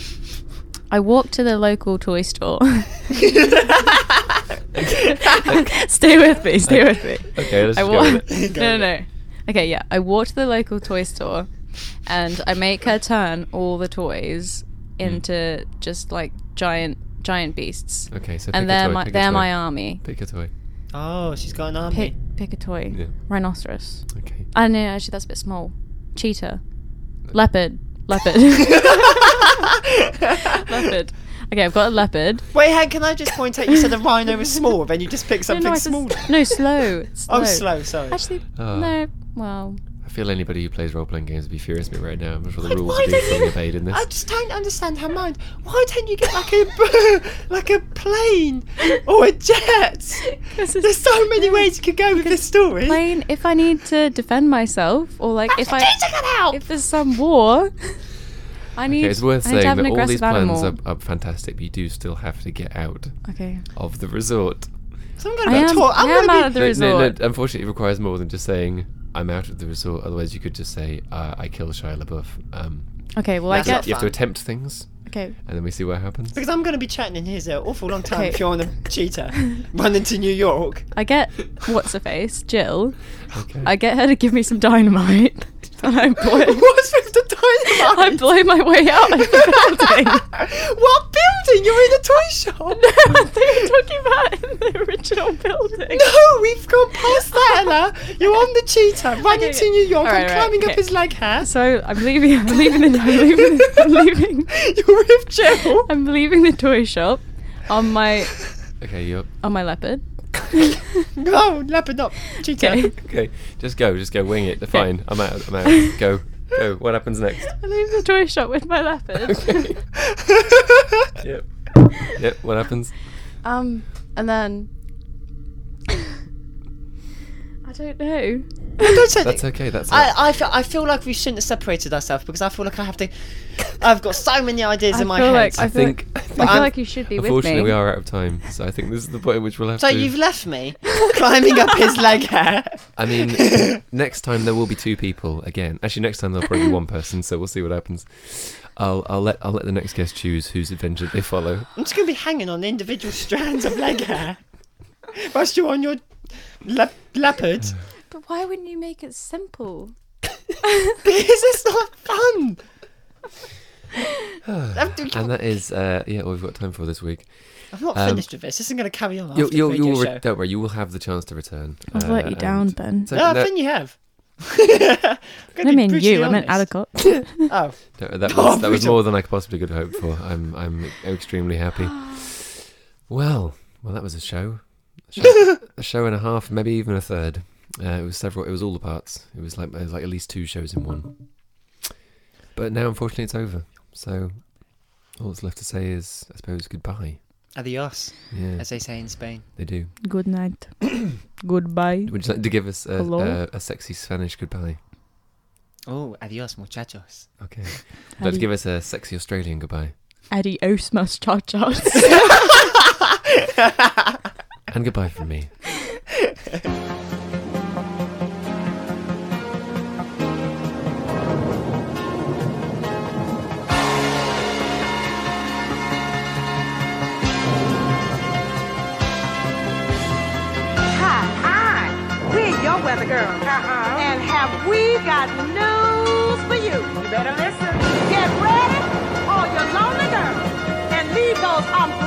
C: I walk to the local toy store. stay with me. Stay with me.
D: Okay, let's just
C: I
D: go with
C: walk.
D: it.
C: no, no, no. Okay, yeah. I walk to the local toy store, and I make her turn all the toys into just like giant, giant beasts,
D: Okay, so pick
C: and
D: a
C: they're
D: toy,
C: my
D: pick a
C: they're
D: toy.
C: my army.
D: Pick a toy.
E: Oh, she's got an army.
C: Pick pick a toy.
D: Yeah.
C: Rhinoceros.
D: Okay.
C: I know. Ah, Actually, that's a bit small. Cheetah. Leopard. Leopard. leopard. Okay, I've got a leopard.
E: Wait, hang. Can I just point out? You said the rhino was small, then you just picked
C: No,
E: something
C: no, I
E: small.
C: just, no, slow. slow.
E: Oh, slow. Sorry.
C: Actually,
D: Ah.
C: no. Well,
D: I feel anybody who plays role playing games would be furious at me right now. I'm sure the
E: Like,
D: rules
E: why
D: are being
E: don't
D: fully
E: you-
D: obeyed in
E: I
D: this.
E: just don't understand her mind. Why don't you get like a like a plane or a jet? There's so many ways you could go with this story.
C: plane. If I need to defend myself, or like if I
E: Cheetah got out.
C: if there's some war, I need.
D: Okay, it's worth
C: I need to
D: saying
C: have
D: that
C: an
D: all these
C: aggressive
D: plans
C: animal.
D: are, are fantastic, but you do still have to get out
C: Okay,
D: of the resort.
E: So I'm gonna
C: I
E: be
C: am.
E: taught. I'm
C: I am
E: gonna
C: out
E: be
C: of the
D: No,
C: resort.
D: No, no, unfortunately, it requires more than just saying, I'm out of the resort. Otherwise, you could just say, uh, I kill Shia LaBeouf. Um,
C: Okay, well I
E: That's not
C: get.
D: you have to
E: Fun.
D: attempt things,
C: Okay,
D: and then we see what happens.
E: Because I'm going to be chatting in his ear awful long time
C: Okay.
E: if you're on a cheetah running to New York.
C: I get. What's her face, Jill?
D: Okay.
C: I get her to give me some dynamite, and I blow.
E: What's with the dynamite?
C: I blow my way out of the building.
E: What building? You're in a toy shop.
C: No, I think I'm talking about in the original building.
E: No, we've gone past that, Ella. You're on the cheetah, running
C: Okay,
E: to New York
C: alright,
E: and
C: alright,
E: climbing up
C: okay.
E: his leg hair.
C: So I'm leaving. I'm leaving. The, I'm leaving. The, I'm leaving.
E: You're with Jill.
C: I'm leaving the toy shop on my
D: Okay, you're.
C: on my leopard.
E: No, leopard, not cheetah.
C: Okay.
D: Okay, just go, just go, wing it. Fine, I'm out, I'm out. Go, go. What happens next?
C: I leave the toy shop with my leopard.
D: Okay. Yep. Yep, what happens?
C: Um, and then I don't know.
E: No, don't say
D: That's
E: that.
D: okay. That's
E: I, I, feel, I feel like we shouldn't have separated ourselves because I feel like I have to. I've got so many ideas in my
C: feel
E: head.
C: like I
D: I
C: feel like-
D: think. I
C: I
D: think
C: feel
E: I'm-
C: like you should be with
D: unfortunately,
C: me.
D: we are out of time, so I think this is the point at which we'll have
E: so
D: to.
E: you've left me climbing up his leg hair.
D: I mean, next time there will be two people again. Actually, next time there'll probably be one person, so we'll see what happens. I'll, I'll let I'll let the next guest choose whose adventure they follow.
E: I'm just going to be hanging on individual strands of leg hair whilst you're on your le- leopard.
C: But why wouldn't you make it simple?
E: Because it's not fun. I'm,
D: And that is uh, yeah, all we've got time for this week.
E: I'm not
D: um,
E: finished with this. This isn't going to carry on.
D: You'll,
E: after
D: you'll,
E: the radio
D: you'll re-
E: show.
D: don't worry, you will have the chance to return.
C: I've let
D: Uh,
C: you
D: and-
C: down, Ben.
D: So
E: No, I
D: that-
E: think you have.
C: I mean you. I meant Alicott.
E: Oh,
D: No, that
E: Oh,
D: was, that was
E: brutal.
D: more than I possibly could hope for. I'm I'm extremely happy. Well, well, that was a show, a show, a show and a half, maybe even a third. Uh, it was several. It was all the parts. It was like it was like at least two shows in one. But now, unfortunately, it's over. So all that's left to say is, I suppose, goodbye.
E: adios,
D: Yeah,
E: as they say in Spain.
D: they do.
C: Good night. Goodbye.
D: Would you like to give us a,
C: Hello?
D: a, a sexy Spanish goodbye?
E: Oh, adios, muchachos.
D: Okay. Would you like to give us a sexy Australian goodbye
C: Adios, muchachos.
D: and goodbye from me.
A: Hi, we're your weather girls. And have we got news for you? You better listen. Get ready, all your lonely girls, and leave those umbrellas.